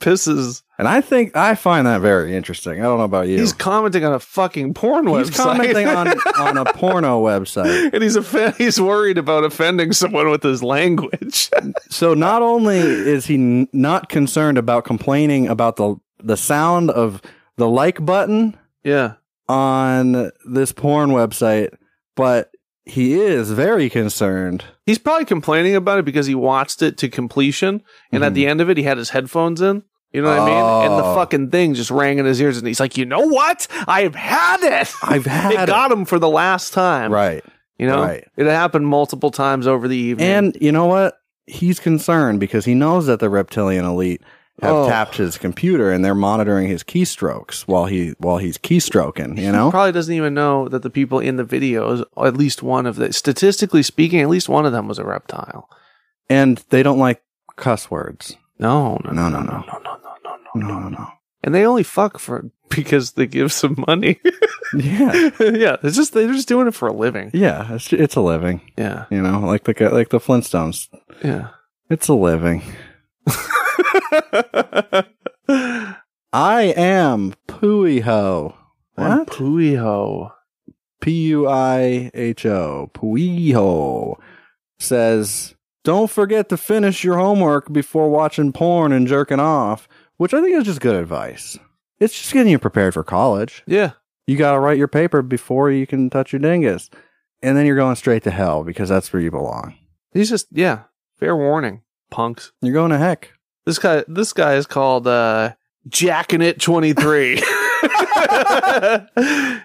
Speaker 2: pisses.
Speaker 1: and I think I find that very interesting. I don't know about you.
Speaker 2: He's commenting on a fucking porn
Speaker 1: He's
Speaker 2: website.
Speaker 1: commenting on on a porno website.
Speaker 2: and he's off- he's worried about offending someone with his language.
Speaker 1: So not only is he n- not concerned about complaining about the the sound of the like button
Speaker 2: yeah.
Speaker 1: on this porn website, but he is very concerned.
Speaker 2: He's probably complaining about it because he watched it to completion and at the end of it he had his headphones in. You know what I mean? And the
Speaker 1: Mm-hmm. Oh.
Speaker 2: fucking thing just rang in his ears and he's like, "You know what? I've had it.
Speaker 1: I've had
Speaker 2: it got him for the last time."
Speaker 1: Right.
Speaker 2: You know?
Speaker 1: right.
Speaker 2: It happened multiple times over the evening.
Speaker 1: And you know what? He's concerned because he knows that the reptilian elite have
Speaker 2: Oh.
Speaker 1: tapped his computer and they're monitoring his keystrokes while he while he's keystroking, you know?
Speaker 2: probably doesn't even know that the people in the videos, or at least one of the statistically speaking, at least one of them was a reptile.
Speaker 1: And they don't like cuss words.
Speaker 2: No, no,
Speaker 1: No,
Speaker 2: no,
Speaker 1: no,
Speaker 2: no, no, no, no, no, no.
Speaker 1: No, no, no.
Speaker 2: And they only fuck for because they give some money.
Speaker 1: Yeah.
Speaker 2: yeah, it's just they're just doing it for a living.
Speaker 1: Yeah, it's it's a living,
Speaker 2: Yeah,
Speaker 1: you know, like the guy- like the Flintstones.
Speaker 2: yeah.
Speaker 1: It's a living. I am Puiho.
Speaker 2: I'm
Speaker 1: What?
Speaker 2: Puiho.
Speaker 1: P U I H O, Puiho, says, Don't forget to finish your homework before watching porn and jerking off, which I think is just good advice. It's just getting you prepared for college.
Speaker 2: Yeah,
Speaker 1: You got to write your paper before you can touch your dingus. And then you're going straight to hell because that's where you belong.
Speaker 2: he's just yeah. Fair warning, punks.
Speaker 1: You're going to heck.
Speaker 2: This guy, this guy is called uh, Jackin' It Twenty Three.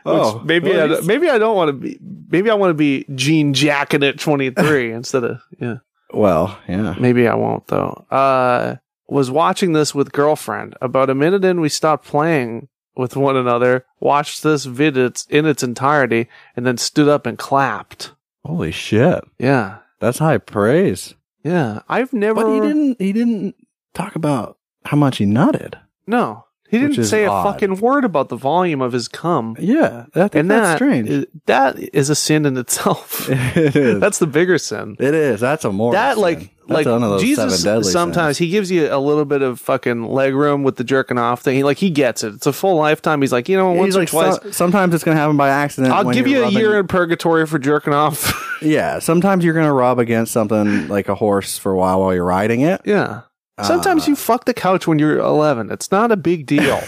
Speaker 1: Oh,
Speaker 2: maybe
Speaker 1: well,
Speaker 2: I,
Speaker 1: he's-
Speaker 2: don't- maybe I don't want to be. Maybe I want to be Gene Jackin' It Twenty Three instead of yeah.
Speaker 1: Well, yeah.
Speaker 2: Maybe I won't though. Uh, was watching this with girlfriend. About a minute in, we stopped playing with one another. Watched this vid its, in its entirety, and then stood up and clapped.
Speaker 1: Holy shit.
Speaker 2: Yeah,
Speaker 1: That's high praise.
Speaker 2: yeah. I've never.
Speaker 1: But he didn't he didn't talk about how much he nutted.
Speaker 2: No, he
Speaker 1: Which
Speaker 2: didn't
Speaker 1: is
Speaker 2: say
Speaker 1: odd.
Speaker 2: a fucking word about the volume of his cum.
Speaker 1: Yeah, I think
Speaker 2: and
Speaker 1: that's
Speaker 2: that
Speaker 1: strange.
Speaker 2: is- that is a sin in itself.
Speaker 1: it is.
Speaker 2: That's the bigger sin.
Speaker 1: It is. That's a moral.
Speaker 2: That
Speaker 1: sin.
Speaker 2: like
Speaker 1: That's
Speaker 2: like
Speaker 1: one of those
Speaker 2: Jesus
Speaker 1: seven deadly
Speaker 2: sometimes
Speaker 1: sins.
Speaker 2: he gives you a little bit of fucking leg room with the jerking off thing. He like he gets it. It's a full lifetime. He's like, you know,
Speaker 1: He's
Speaker 2: once or
Speaker 1: like,
Speaker 2: twice.
Speaker 1: so- sometimes it's gonna happen by accident.
Speaker 2: I'll
Speaker 1: when
Speaker 2: give
Speaker 1: you're
Speaker 2: you a
Speaker 1: rubbing-
Speaker 2: year in purgatory for jerking off.
Speaker 1: Yeah, sometimes you're gonna rub against something like a horse for a while while you're riding it.
Speaker 2: yeah.
Speaker 1: Uh,
Speaker 2: Sometimes you fuck the couch when you're 11. It's not a big deal.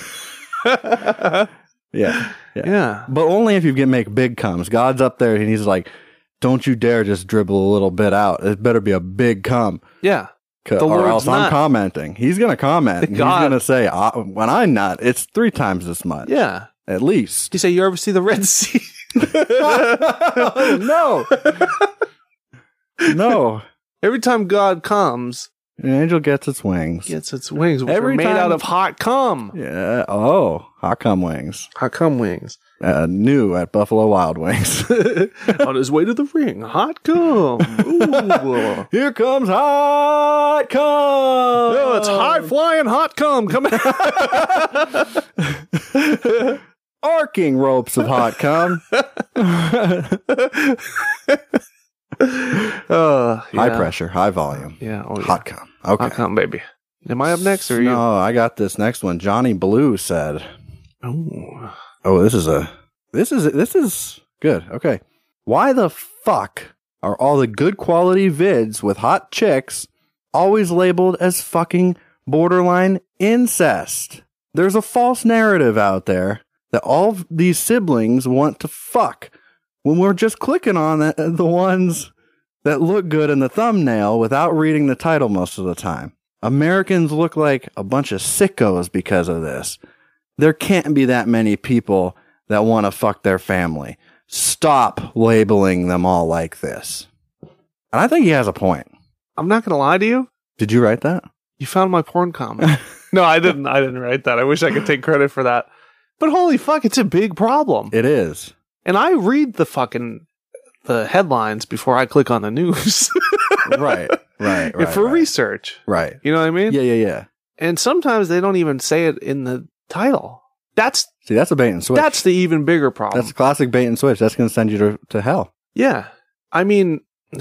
Speaker 1: Yeah,
Speaker 2: yeah.
Speaker 1: but only if you get make big comes. God's up there and he's like, "Don't you dare just dribble a little bit out. It better be a big cum."
Speaker 2: Yeah.
Speaker 1: c-
Speaker 2: The
Speaker 1: or
Speaker 2: Lord's
Speaker 1: else I'm
Speaker 2: not-
Speaker 1: commenting. He's gonna comment. And he's
Speaker 2: God.
Speaker 1: gonna say, I, "When I nut, it's three times this much,
Speaker 2: Yeah.
Speaker 1: at least."
Speaker 2: Do you say you ever see the Red Sea?
Speaker 1: no, no.
Speaker 2: Every time God comes,
Speaker 1: An angel gets its wings.
Speaker 2: gets its wings, which
Speaker 1: Every
Speaker 2: are made
Speaker 1: time-
Speaker 2: out of hot cum.
Speaker 1: Yeah. Oh, how come wings?
Speaker 2: Hot cum wings.
Speaker 1: Uh, new at Buffalo Wild Wings.
Speaker 2: On his way to the ring, hot cum. Ooh.
Speaker 1: Here comes hot cum.
Speaker 2: Oh, it's high flying hot cum coming.
Speaker 1: arcing ropes of hot cum.
Speaker 2: uh,
Speaker 1: High
Speaker 2: yeah.
Speaker 1: pressure, high volume,
Speaker 2: Yeah, oh, yeah.
Speaker 1: hot cum. Okay.
Speaker 2: Hot cum, baby. Am I up next or are
Speaker 1: no, I got this next one. Johnny Blue said,
Speaker 2: you? Ooh.
Speaker 1: "Oh, this is a this is this is good. Okay, why the fuck are all the good quality vids with hot chicks always labeled as fucking borderline incest? There's a false narrative out there that all of these siblings want to fuck when we're just clicking on the, the ones that look good in the thumbnail without reading the title most of the time. Americans look like a bunch of sickos because of this. There can't be that many people that want to fuck their family. Stop labeling them all like this. And I think he has a point.
Speaker 2: I'm not going to lie to you.
Speaker 1: Did you write that?
Speaker 2: You found my porn comment. no, I didn't. I didn't write that. I wish I could take credit for that. But holy fuck, it's a big problem.
Speaker 1: It is.
Speaker 2: and I read the fucking the headlines before I click on the news
Speaker 1: right, right, right.
Speaker 2: for
Speaker 1: right,
Speaker 2: research.
Speaker 1: right.
Speaker 2: You know what I mean?
Speaker 1: Yeah, yeah, yeah.
Speaker 2: And sometimes they don't even say it in the title. That's
Speaker 1: See, that's a bait and switch.
Speaker 2: that's the even bigger problem.
Speaker 1: that's a classic bait and switch. That's going to send you to, to hell.
Speaker 2: Yeah, I mean,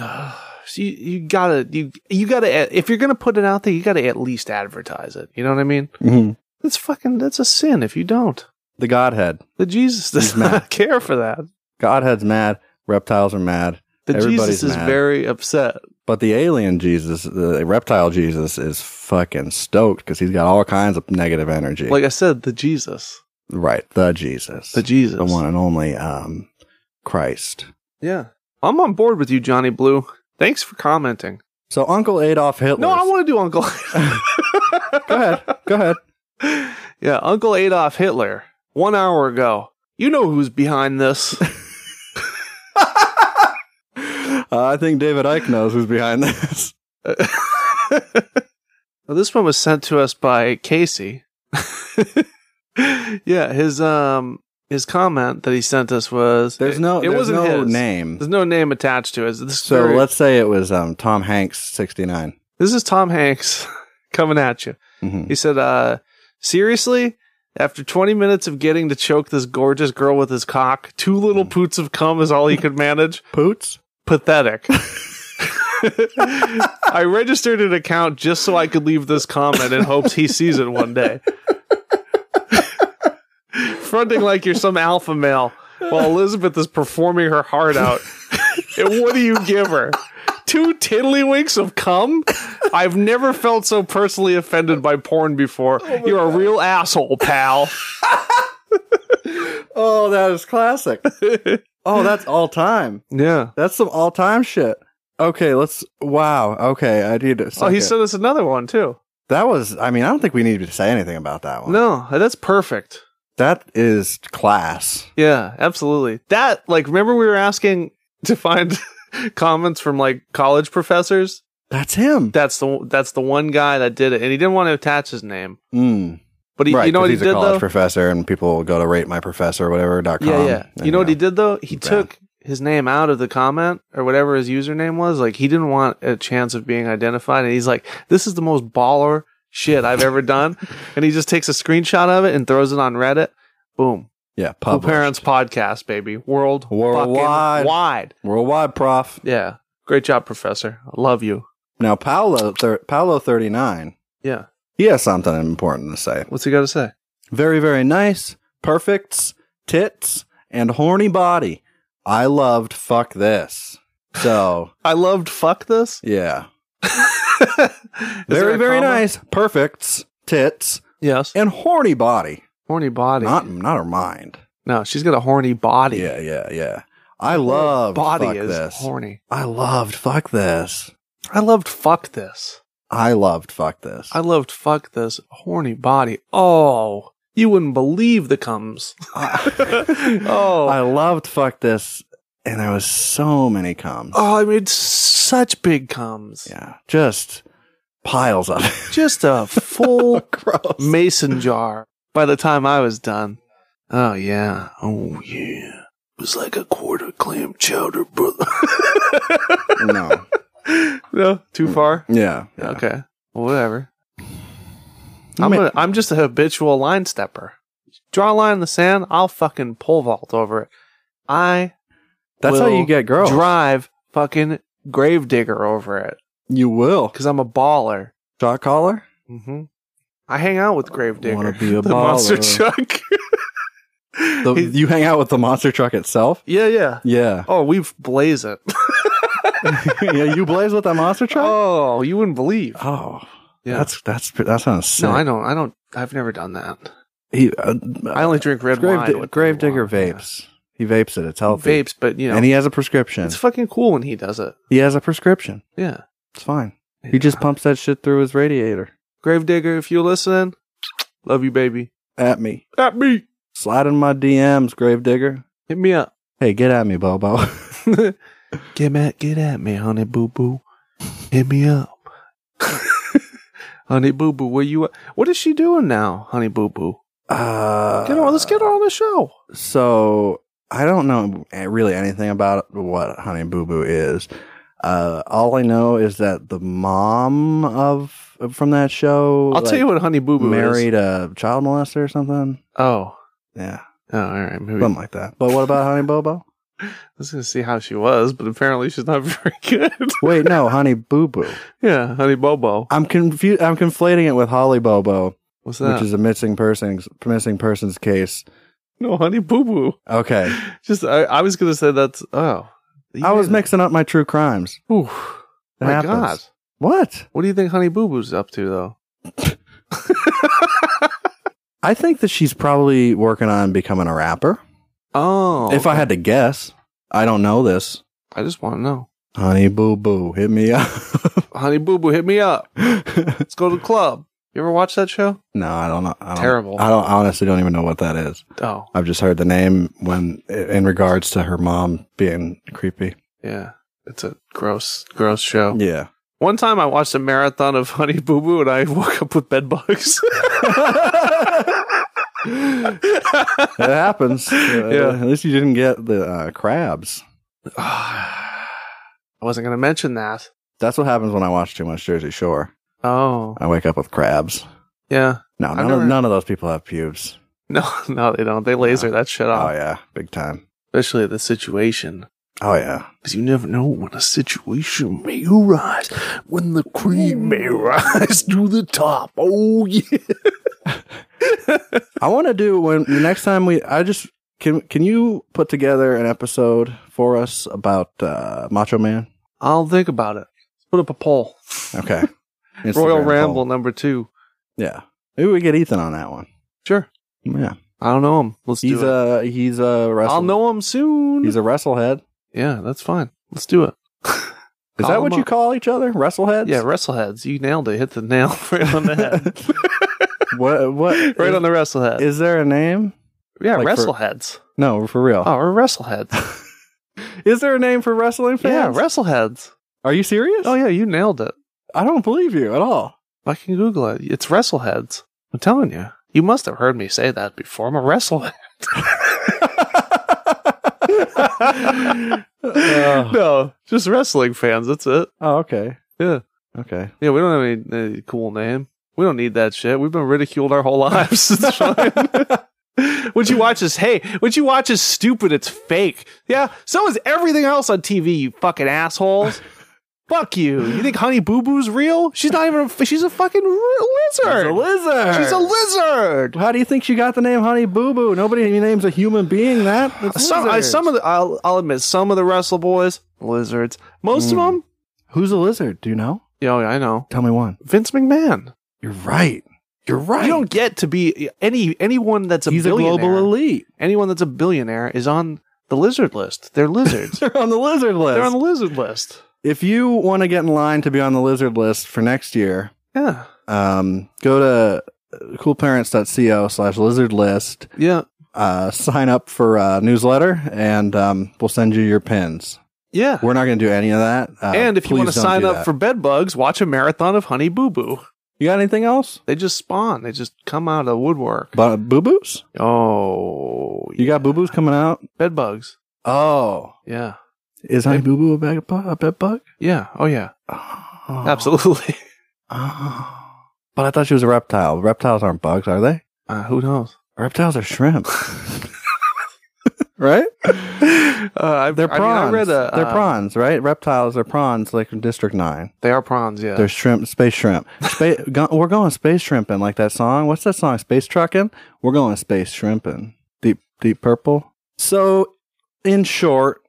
Speaker 2: so you, you gotta you you gotta if you're gonna put it out there, you gotta at least advertise it. You know what I mean?
Speaker 1: Mm-hmm.
Speaker 2: That's fucking that's a sin if you don't.
Speaker 1: The Godhead.
Speaker 2: The Jesus does
Speaker 1: He's mad.
Speaker 2: not care for that.
Speaker 1: Godhead's mad. Reptiles are mad.
Speaker 2: The
Speaker 1: Everybody's
Speaker 2: Jesus is
Speaker 1: mad.
Speaker 2: very upset.
Speaker 1: But the alien Jesus, the reptile Jesus, is fucking stoked because he's got all kinds of negative energy.
Speaker 2: Like I said, the Jesus,
Speaker 1: right, the Jesus,
Speaker 2: the Jesus.
Speaker 1: the one and only um, Christ.
Speaker 2: Yeah, I'm on board with you, Johnny Blue. Thanks for commenting.
Speaker 1: So Uncle Adolf Hitler.
Speaker 2: No, I want to do Uncle.
Speaker 1: Go ahead. Go ahead.
Speaker 2: yeah, Uncle Adolf Hitler. One hour ago, you know who's behind this.
Speaker 1: Uh, I think David Icke knows who's behind this.
Speaker 2: Well, this one was sent to us by Casey. yeah, his um his comment that he sent us was
Speaker 1: There's no.
Speaker 2: it,
Speaker 1: there's
Speaker 2: wasn't
Speaker 1: no
Speaker 2: his.
Speaker 1: name.
Speaker 2: There's no name attached to it. This is
Speaker 1: So
Speaker 2: very-
Speaker 1: let's say it was um, Tom Hanks, sixty
Speaker 2: this is Tom Hanks coming at you.
Speaker 1: Mm-hmm.
Speaker 2: He said, uh, seriously? After 20 minutes of getting to choke this gorgeous girl with his cock, two
Speaker 1: Mm.
Speaker 2: little poots of cum is all he could manage.
Speaker 1: Poots.
Speaker 2: Pathetic. I registered an account just so I could leave this comment in hopes he sees it one day. Fronting like you're some alpha male while Elizabeth is performing her heart out. and what do you give her? Two tiddlywinks of cum? I've never felt so personally offended by porn before. you're a real asshole, pal.
Speaker 1: Oh, that is classic. oh, that's all time.
Speaker 2: Yeah.
Speaker 1: That's some all time shit. Okay, let's. Wow. Okay, I need to.
Speaker 2: Oh, he
Speaker 1: second.
Speaker 2: sent us another one too.
Speaker 1: that was. I mean, I don't think we need to say anything about that one.
Speaker 2: No, that's perfect.
Speaker 1: that is class.
Speaker 2: Yeah, absolutely. That like remember we were asking to find comments from like college professors?
Speaker 1: That's him.
Speaker 2: That's the that's the one guy that did it and he didn't want to attach his name.
Speaker 1: Mm.
Speaker 2: But he,
Speaker 1: right,
Speaker 2: you know
Speaker 1: 'cause
Speaker 2: what he
Speaker 1: he's
Speaker 2: did
Speaker 1: a college
Speaker 2: though?
Speaker 1: professor, and people will go to rate my professor or whatever dot com.
Speaker 2: yeah, yeah.
Speaker 1: and,
Speaker 2: You know what he did though? He
Speaker 1: Yeah.
Speaker 2: took his name out of the comment or whatever his username was. Like he didn't want a chance of being identified and he's like, "This is the most baller shit I've ever done." and he just takes a screenshot of it and throws it on Reddit. Boom.
Speaker 1: Yeah,
Speaker 2: Cool
Speaker 1: published.
Speaker 2: Parents podcast, baby. World fucking
Speaker 1: Worldwide.
Speaker 2: wide.
Speaker 1: worldwide prof.
Speaker 2: Yeah. Great job, Professor. I love you.
Speaker 1: Now, Paolo, thir- Paolo thirty nine.
Speaker 2: Yeah.
Speaker 1: He has something important to say.
Speaker 2: What's he got to say?
Speaker 1: Very, very nice, perfects, tits, and horny body. I loved fuck this. So,
Speaker 2: I loved fuck this.
Speaker 1: yeah.
Speaker 2: Is there
Speaker 1: very,
Speaker 2: a
Speaker 1: very
Speaker 2: comma?
Speaker 1: nice, perfects, tits,
Speaker 2: Yes.
Speaker 1: and horny body.
Speaker 2: Horny body.
Speaker 1: Not not her mind.
Speaker 2: no, she's got a horny body.
Speaker 1: Yeah, yeah, yeah. I loved
Speaker 2: body
Speaker 1: fuck
Speaker 2: is
Speaker 1: this.
Speaker 2: horny.
Speaker 1: I loved fuck this.
Speaker 2: I loved fuck this.
Speaker 1: I loved fuck this.
Speaker 2: I loved fuck this horny body. Oh, you wouldn't believe the comes. oh.
Speaker 1: I loved fuck this, and there was so many comes.
Speaker 2: oh, I made such big comes.
Speaker 1: Yeah, just piles of it.
Speaker 2: Just a full
Speaker 1: Gross.
Speaker 2: mason jar by the time I was done. Oh, yeah. Oh, yeah. It was like a quarter clam chowder, brother.
Speaker 1: no.
Speaker 2: no, too far?
Speaker 1: Yeah. yeah.
Speaker 2: Okay. Well, whatever.
Speaker 1: You
Speaker 2: I'm,
Speaker 1: may-
Speaker 2: a, I'm just a habitual line stepper. Draw a line in the sand, I'll fucking pole vault over it. I
Speaker 1: That's how
Speaker 2: will
Speaker 1: you get girls.
Speaker 2: drive fucking gravedigger over it
Speaker 1: you will.
Speaker 2: because I'm a baller.
Speaker 1: Shot caller?
Speaker 2: hmm I hang out with
Speaker 1: Mm-hmm.
Speaker 2: gravedigger.
Speaker 1: Wanna be a
Speaker 2: the monster
Speaker 1: baller.
Speaker 2: chuck.
Speaker 1: The,
Speaker 2: He's-
Speaker 1: you hang out with the monster truck itself?
Speaker 2: yeah, yeah.
Speaker 1: Yeah.
Speaker 2: Oh, we've blaze it.
Speaker 1: yeah, you blaze with that monster truck?
Speaker 2: oh, you wouldn't believe.
Speaker 1: Oh.
Speaker 2: Yeah.
Speaker 1: That's that's that sounds sick.
Speaker 2: no, I don't. I don't. I've never done that.
Speaker 1: he, uh,
Speaker 2: I only drink red
Speaker 1: Grave,
Speaker 2: wine. with
Speaker 1: Gravedigger
Speaker 2: red wine.
Speaker 1: vapes. He vapes it. It's
Speaker 2: Yeah.
Speaker 1: healthy.
Speaker 2: Vapes, but you know,
Speaker 1: And he has a prescription.
Speaker 2: it's fucking cool when he does it.
Speaker 1: he has a prescription.
Speaker 2: Yeah.
Speaker 1: It's fine. He just pumps that shit through his radiator.
Speaker 2: Gravedigger, if you listen, love you, baby.
Speaker 1: At me.
Speaker 2: At me.
Speaker 1: Slide in my DMs, Gravedigger.
Speaker 2: Hit me up.
Speaker 1: Hey, get at me, Bobo.
Speaker 2: get at get at me, honey boo boo. Hit me up. honey boo boo, where you at? What is she doing now, honey boo boo?
Speaker 1: Uh,
Speaker 2: Get on let's get her on the show.
Speaker 1: So I don't know really anything about what Honey Boo Boo is. Uh, all I know is that the mom of from that show,
Speaker 2: I'll tell you what Honey Boo Boo
Speaker 1: married a child molester or something.
Speaker 2: Is. Oh.
Speaker 1: Yeah,
Speaker 2: Oh, all right. Maybe
Speaker 1: something like that. But what about Honey Bobo?
Speaker 2: I was gonna see how she was, but apparently she's not very good.
Speaker 1: Wait, no, Honey Boo Boo.
Speaker 2: yeah, Honey Bobo.
Speaker 1: I'm confused. I'm conflating it with Holly Bobo,
Speaker 2: What's that?
Speaker 1: which is a missing persons missing persons case.
Speaker 2: no, Honey Boo Boo.
Speaker 1: Okay,
Speaker 2: Just I, I was gonna say that's oh.
Speaker 1: I was mixing up my true crimes.
Speaker 2: Oof.
Speaker 1: It
Speaker 2: My
Speaker 1: happens.
Speaker 2: God.
Speaker 1: What?
Speaker 2: What do you think Honey Boo Boo's up to though?
Speaker 1: I think that she's probably working on becoming a rapper.
Speaker 2: Oh,
Speaker 1: If I had to guess, I don't know this.
Speaker 2: I just want to know.
Speaker 1: Honey Boo Boo, hit me up.
Speaker 2: Honey Boo Boo, hit me up. Let's go to the club. You ever watch that show?
Speaker 1: no, I don't know. I don't,
Speaker 2: Terrible.
Speaker 1: I don't I honestly don't even know what that is.
Speaker 2: Oh,
Speaker 1: I've just heard the name when in regards to her mom being creepy.
Speaker 2: yeah. It's a gross, gross show.
Speaker 1: Yeah.
Speaker 2: One time I watched a marathon of Honey Boo Boo and I woke up with bed bugs.
Speaker 1: It happens. Uh,
Speaker 2: Yeah.
Speaker 1: At least you didn't get the uh, crabs.
Speaker 2: I wasn't going to mention that.
Speaker 1: That's what happens when I watch too much Jersey Shore.
Speaker 2: Oh,
Speaker 1: I wake up with crabs.
Speaker 2: yeah.
Speaker 1: No,
Speaker 2: I've
Speaker 1: none,
Speaker 2: never-
Speaker 1: of, none of those people have pubes.
Speaker 2: No, no, they don't. They laser that shit
Speaker 1: Oh,
Speaker 2: off,
Speaker 1: yeah, big time.
Speaker 2: especially the situation.
Speaker 1: Oh yeah.
Speaker 2: Because you never know when a situation may arise, when the cream may rise to the top. Oh, yeah.
Speaker 1: I want to do when the next time we. I just can. Can you put together an episode for us about uh, Macho Man?
Speaker 2: I'll think about it. Put up a poll.
Speaker 1: Okay.
Speaker 2: Royal
Speaker 1: Instagram
Speaker 2: Ramble
Speaker 1: poll.
Speaker 2: number two.
Speaker 1: Yeah. Maybe we get Ethan on that one.
Speaker 2: Sure.
Speaker 1: Yeah.
Speaker 2: I don't know him. Let's
Speaker 1: He's
Speaker 2: do it.
Speaker 1: a he's a wrestle.
Speaker 2: I'll know him soon.
Speaker 1: He's a wrestlehead.
Speaker 2: yeah, that's fine. Let's do it.
Speaker 1: Is
Speaker 2: Call
Speaker 1: that what
Speaker 2: him
Speaker 1: you
Speaker 2: up.
Speaker 1: call each other? Wrestleheads.
Speaker 2: Yeah, wrestleheads. You nailed it. Hit the nail right on the head.
Speaker 1: What? What?
Speaker 2: right on the wrestlehead.
Speaker 1: Is there a name?
Speaker 2: yeah,
Speaker 1: like for-
Speaker 2: wrestleheads.
Speaker 1: No, for real.
Speaker 2: oh, we're wrestleheads.
Speaker 1: Is there a name for wrestling
Speaker 2: yeah,
Speaker 1: fans?
Speaker 2: wrestleheads.
Speaker 1: Are you serious?
Speaker 2: Oh yeah, you nailed it.
Speaker 1: I don't believe you at all.
Speaker 2: I can Google it. It's wrestleheads. I'm telling you. You must have heard me say that before. I'm a wrestlehead.
Speaker 1: Oh.
Speaker 2: no, just wrestling fans. That's it.
Speaker 1: Oh, okay.
Speaker 2: Yeah.
Speaker 1: Okay.
Speaker 2: Yeah, we don't have any, any cool name. We don't need that shit. We've been ridiculed our whole lives. It's fine. what you watch is hey, what you watch is stupid. It's fake. Yeah, so is everything else on TV. You fucking assholes. Fuck you. You think Honey Boo Boo's real? She's not even. A, she's a fucking r- lizard.
Speaker 1: lizard.
Speaker 2: She's a lizard.
Speaker 1: How do you think she got the name Honey Boo Boo? Nobody names a human being that. It's
Speaker 2: Some, I,
Speaker 1: lizards.
Speaker 2: some of the, I'll, I'll admit, some of the Wrestle Boys, lizards. Most
Speaker 1: Hmm.
Speaker 2: of them,
Speaker 1: Who's a lizard? Do you know?
Speaker 2: yeah, I know.
Speaker 1: Tell me one.
Speaker 2: Vince McMahon.
Speaker 1: You're right. You're right.
Speaker 2: You don't get to be any anyone that's a
Speaker 1: He's a
Speaker 2: billionaire.
Speaker 1: global elite.
Speaker 2: anyone that's a billionaire is on the lizard list. They're lizards.
Speaker 1: They're on the lizard list.
Speaker 2: They're on the lizard list.
Speaker 1: if you want to get in line to be on the lizard list for next year,
Speaker 2: Yeah.
Speaker 1: um, go to coolparents.co slash lizard list,
Speaker 2: Yeah.
Speaker 1: uh, sign up for a newsletter, and um, we'll send you your pins.
Speaker 2: Yeah.
Speaker 1: We're not going to do any of that. Uh,
Speaker 2: and if you
Speaker 1: please
Speaker 2: want to
Speaker 1: don't
Speaker 2: sign
Speaker 1: do
Speaker 2: up
Speaker 1: that.
Speaker 2: for bed bugs, watch a marathon of Honey Boo Boo.
Speaker 1: You got anything else?
Speaker 2: They just spawn. They just come out of the woodwork.
Speaker 1: But boo boos?
Speaker 2: Oh,
Speaker 1: You got boo boos coming out?
Speaker 2: bed bugs.
Speaker 1: Oh.
Speaker 2: Yeah.
Speaker 1: Is Honey Boo Boo a bag of bu- a bed bug?
Speaker 2: Yeah. Oh, yeah.
Speaker 1: Oh.
Speaker 2: Absolutely.
Speaker 1: Oh. But I thought she was a reptile. Reptiles aren't bugs, are they?
Speaker 2: Uh, who knows?
Speaker 1: Reptiles are shrimp. right?
Speaker 2: Uh, I,
Speaker 1: They're
Speaker 2: I
Speaker 1: prawns.
Speaker 2: mean, I read a,
Speaker 1: They're
Speaker 2: uh,
Speaker 1: prawns, right? Reptiles are prawns, like from District 9.
Speaker 2: They are prawns. Yeah.
Speaker 1: They're shrimp, space shrimp. Spa- go- we're going space shrimping, like that song. What's that song? Space trucking? We're going space shrimping. Deep, deep purple. So, in short,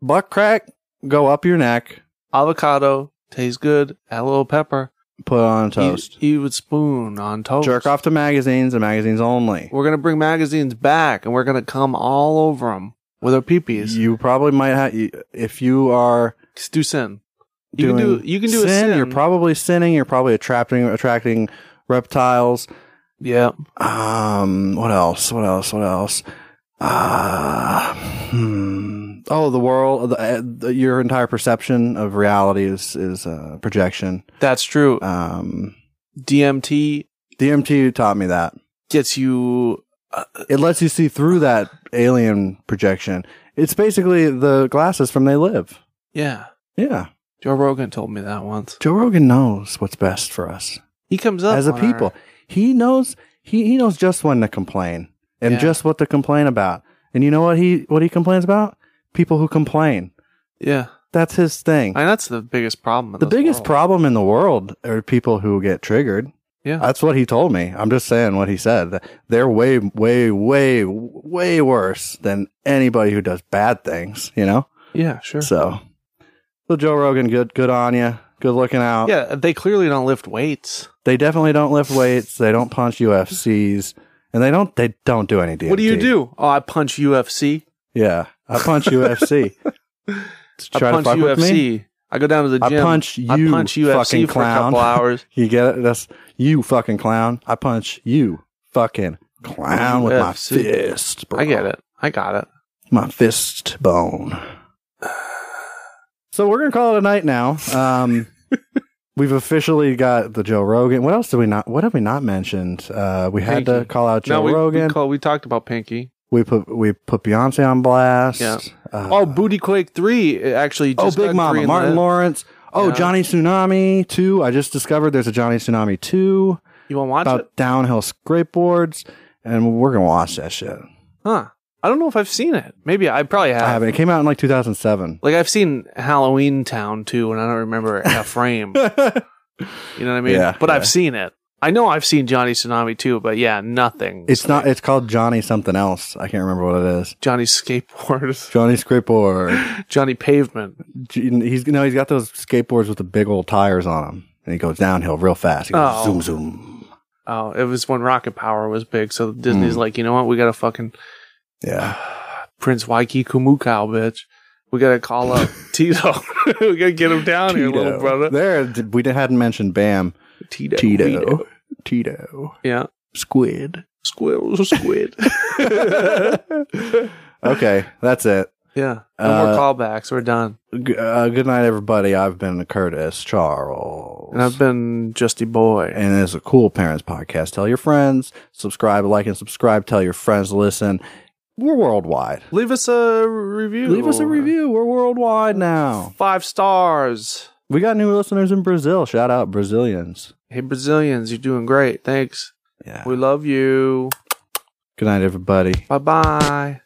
Speaker 1: butt crack, go up your neck,
Speaker 2: Avocado tastes good. Add a little pepper.
Speaker 1: put on toast.
Speaker 2: Eat, eat with spoon on toast.
Speaker 1: Jerk off to magazines and magazines only.
Speaker 2: We're gonna bring magazines back, and we're gonna come all over them with our peepees.
Speaker 1: You probably might have, you- if you are
Speaker 2: Let's do sin. You
Speaker 1: doing
Speaker 2: can do. You can do a sin.
Speaker 1: You're probably sinning. You're probably attracting attracting reptiles.
Speaker 2: yeah.
Speaker 1: Um, what else? What else? What else? Uh, hmm. Oh, the world, the, uh, the, your entire perception of reality is is uh, projection.
Speaker 2: That's true.
Speaker 1: Um,
Speaker 2: DMT
Speaker 1: DMT taught me that.
Speaker 2: gets you
Speaker 1: it lets you see through that alien projection. It's basically the glasses from They Live.
Speaker 2: Yeah.
Speaker 1: Yeah.
Speaker 2: Joe Rogan told me that once.
Speaker 1: Joe Rogan knows what's best for us
Speaker 2: He comes up
Speaker 1: as a
Speaker 2: on
Speaker 1: people.
Speaker 2: our-
Speaker 1: He knows he, he knows just when to complain and
Speaker 2: Yeah.
Speaker 1: just what to complain about. And you know what he what he complains about? People who complain.
Speaker 2: yeah.
Speaker 1: That's his thing.
Speaker 2: And that's the biggest problem. in
Speaker 1: the
Speaker 2: this
Speaker 1: biggest
Speaker 2: world.
Speaker 1: problem in the world are people who get triggered.
Speaker 2: Yeah.
Speaker 1: That's what he told me. I'm just saying what he said. They're way, way, way, way worse than anybody who does bad things, you know?
Speaker 2: yeah, sure.
Speaker 1: So, so Joe Rogan, good, good on you. Good looking out.
Speaker 2: yeah, they clearly don't lift weights.
Speaker 1: They definitely don't lift weights. They don't punch UFCs and they don't, they don't do any DMT.
Speaker 2: What do you do? Oh, I punch UFC.
Speaker 1: Yeah. I punch UFC. To
Speaker 2: I
Speaker 1: try to
Speaker 2: punch
Speaker 1: fuck with me?
Speaker 2: UFC. I go down to the
Speaker 1: I
Speaker 2: gym.
Speaker 1: punch
Speaker 2: I
Speaker 1: you,
Speaker 2: punch UFC
Speaker 1: fucking
Speaker 2: for a couple
Speaker 1: clown.
Speaker 2: hours.
Speaker 1: You get it? That's you fucking clown. I punch you fucking clown with my
Speaker 2: UFC.
Speaker 1: fist, bro.
Speaker 2: I get it. I got it.
Speaker 1: My fist bone. So we're gonna call it a night now. Um We've officially got the Joe Rogan. What else did we not? What have we not mentioned? Uh, we had to
Speaker 2: Pinky.
Speaker 1: call out Joe
Speaker 2: no, we,
Speaker 1: Rogan.
Speaker 2: We, call, we talked about Pinky.
Speaker 1: we put we put Beyonce on blast.
Speaker 2: Yeah.
Speaker 1: Uh,
Speaker 2: oh, Booty Quake Three it actually.
Speaker 1: oh,
Speaker 2: Just
Speaker 1: Big
Speaker 2: got three
Speaker 1: Mama,
Speaker 2: in
Speaker 1: Martin
Speaker 2: the-
Speaker 1: Lawrence. Oh,
Speaker 2: Yeah.
Speaker 1: Johnny Tsunami two. I just discovered there's a Johnny Tsunami two.
Speaker 2: You want to watch
Speaker 1: about
Speaker 2: it?
Speaker 1: downhill skateboards, and we're gonna watch that shit.
Speaker 2: Huh? I don't know if I've seen it. Maybe I probably have.
Speaker 1: I haven't. It came out in like 2007.
Speaker 2: Like I've seen Halloween Town too, and I don't remember a frame. You know what I mean?
Speaker 1: Yeah,
Speaker 2: but
Speaker 1: yeah.
Speaker 2: I've seen it. I know I've seen Johnny Tsunami too, but yeah, nothing.
Speaker 1: it's not. It's called Johnny something else. I can't remember what it is.
Speaker 2: Johnny skateboard,
Speaker 1: Johnny skateboard.
Speaker 2: Johnny pavement.
Speaker 1: G- he's no. He's got those skateboards with the big old tires on them, and he goes downhill real fast. He goes
Speaker 2: Oh.
Speaker 1: zoom zoom.
Speaker 2: Oh, it was when Rocket Power was big, so Disney's like, you know what? We got to fucking
Speaker 1: Yeah.
Speaker 2: Prince Waikiki Kumukau, bitch. We got to call up Tito. we got to get him down here, little
Speaker 1: Tito.
Speaker 2: brother.
Speaker 1: There, d- we d- hadn't mentioned Bam.
Speaker 2: Tito.
Speaker 1: Tito. Tito.
Speaker 2: Yeah.
Speaker 1: Squid.
Speaker 2: Squirrels, squid.
Speaker 1: Okay, that's it.
Speaker 2: yeah. No
Speaker 1: Uh,
Speaker 2: more callbacks. We're done.
Speaker 1: G- uh, good night, everybody. I've been Curtis Charles.
Speaker 2: And I've been Justy Boy.
Speaker 1: and it's a cool parents podcast. Tell your friends, subscribe, like, and subscribe. Tell your friends, to listen. We're worldwide.
Speaker 2: Leave us a review.
Speaker 1: Leave us a review. We're worldwide now.
Speaker 2: Five stars.
Speaker 1: We got new listeners in Brazil. Shout out Brazilians.
Speaker 2: Hey, Brazilians, you're doing great. Thanks.
Speaker 1: Yeah.
Speaker 2: We love you.
Speaker 1: Good night, everybody.
Speaker 2: Bye bye.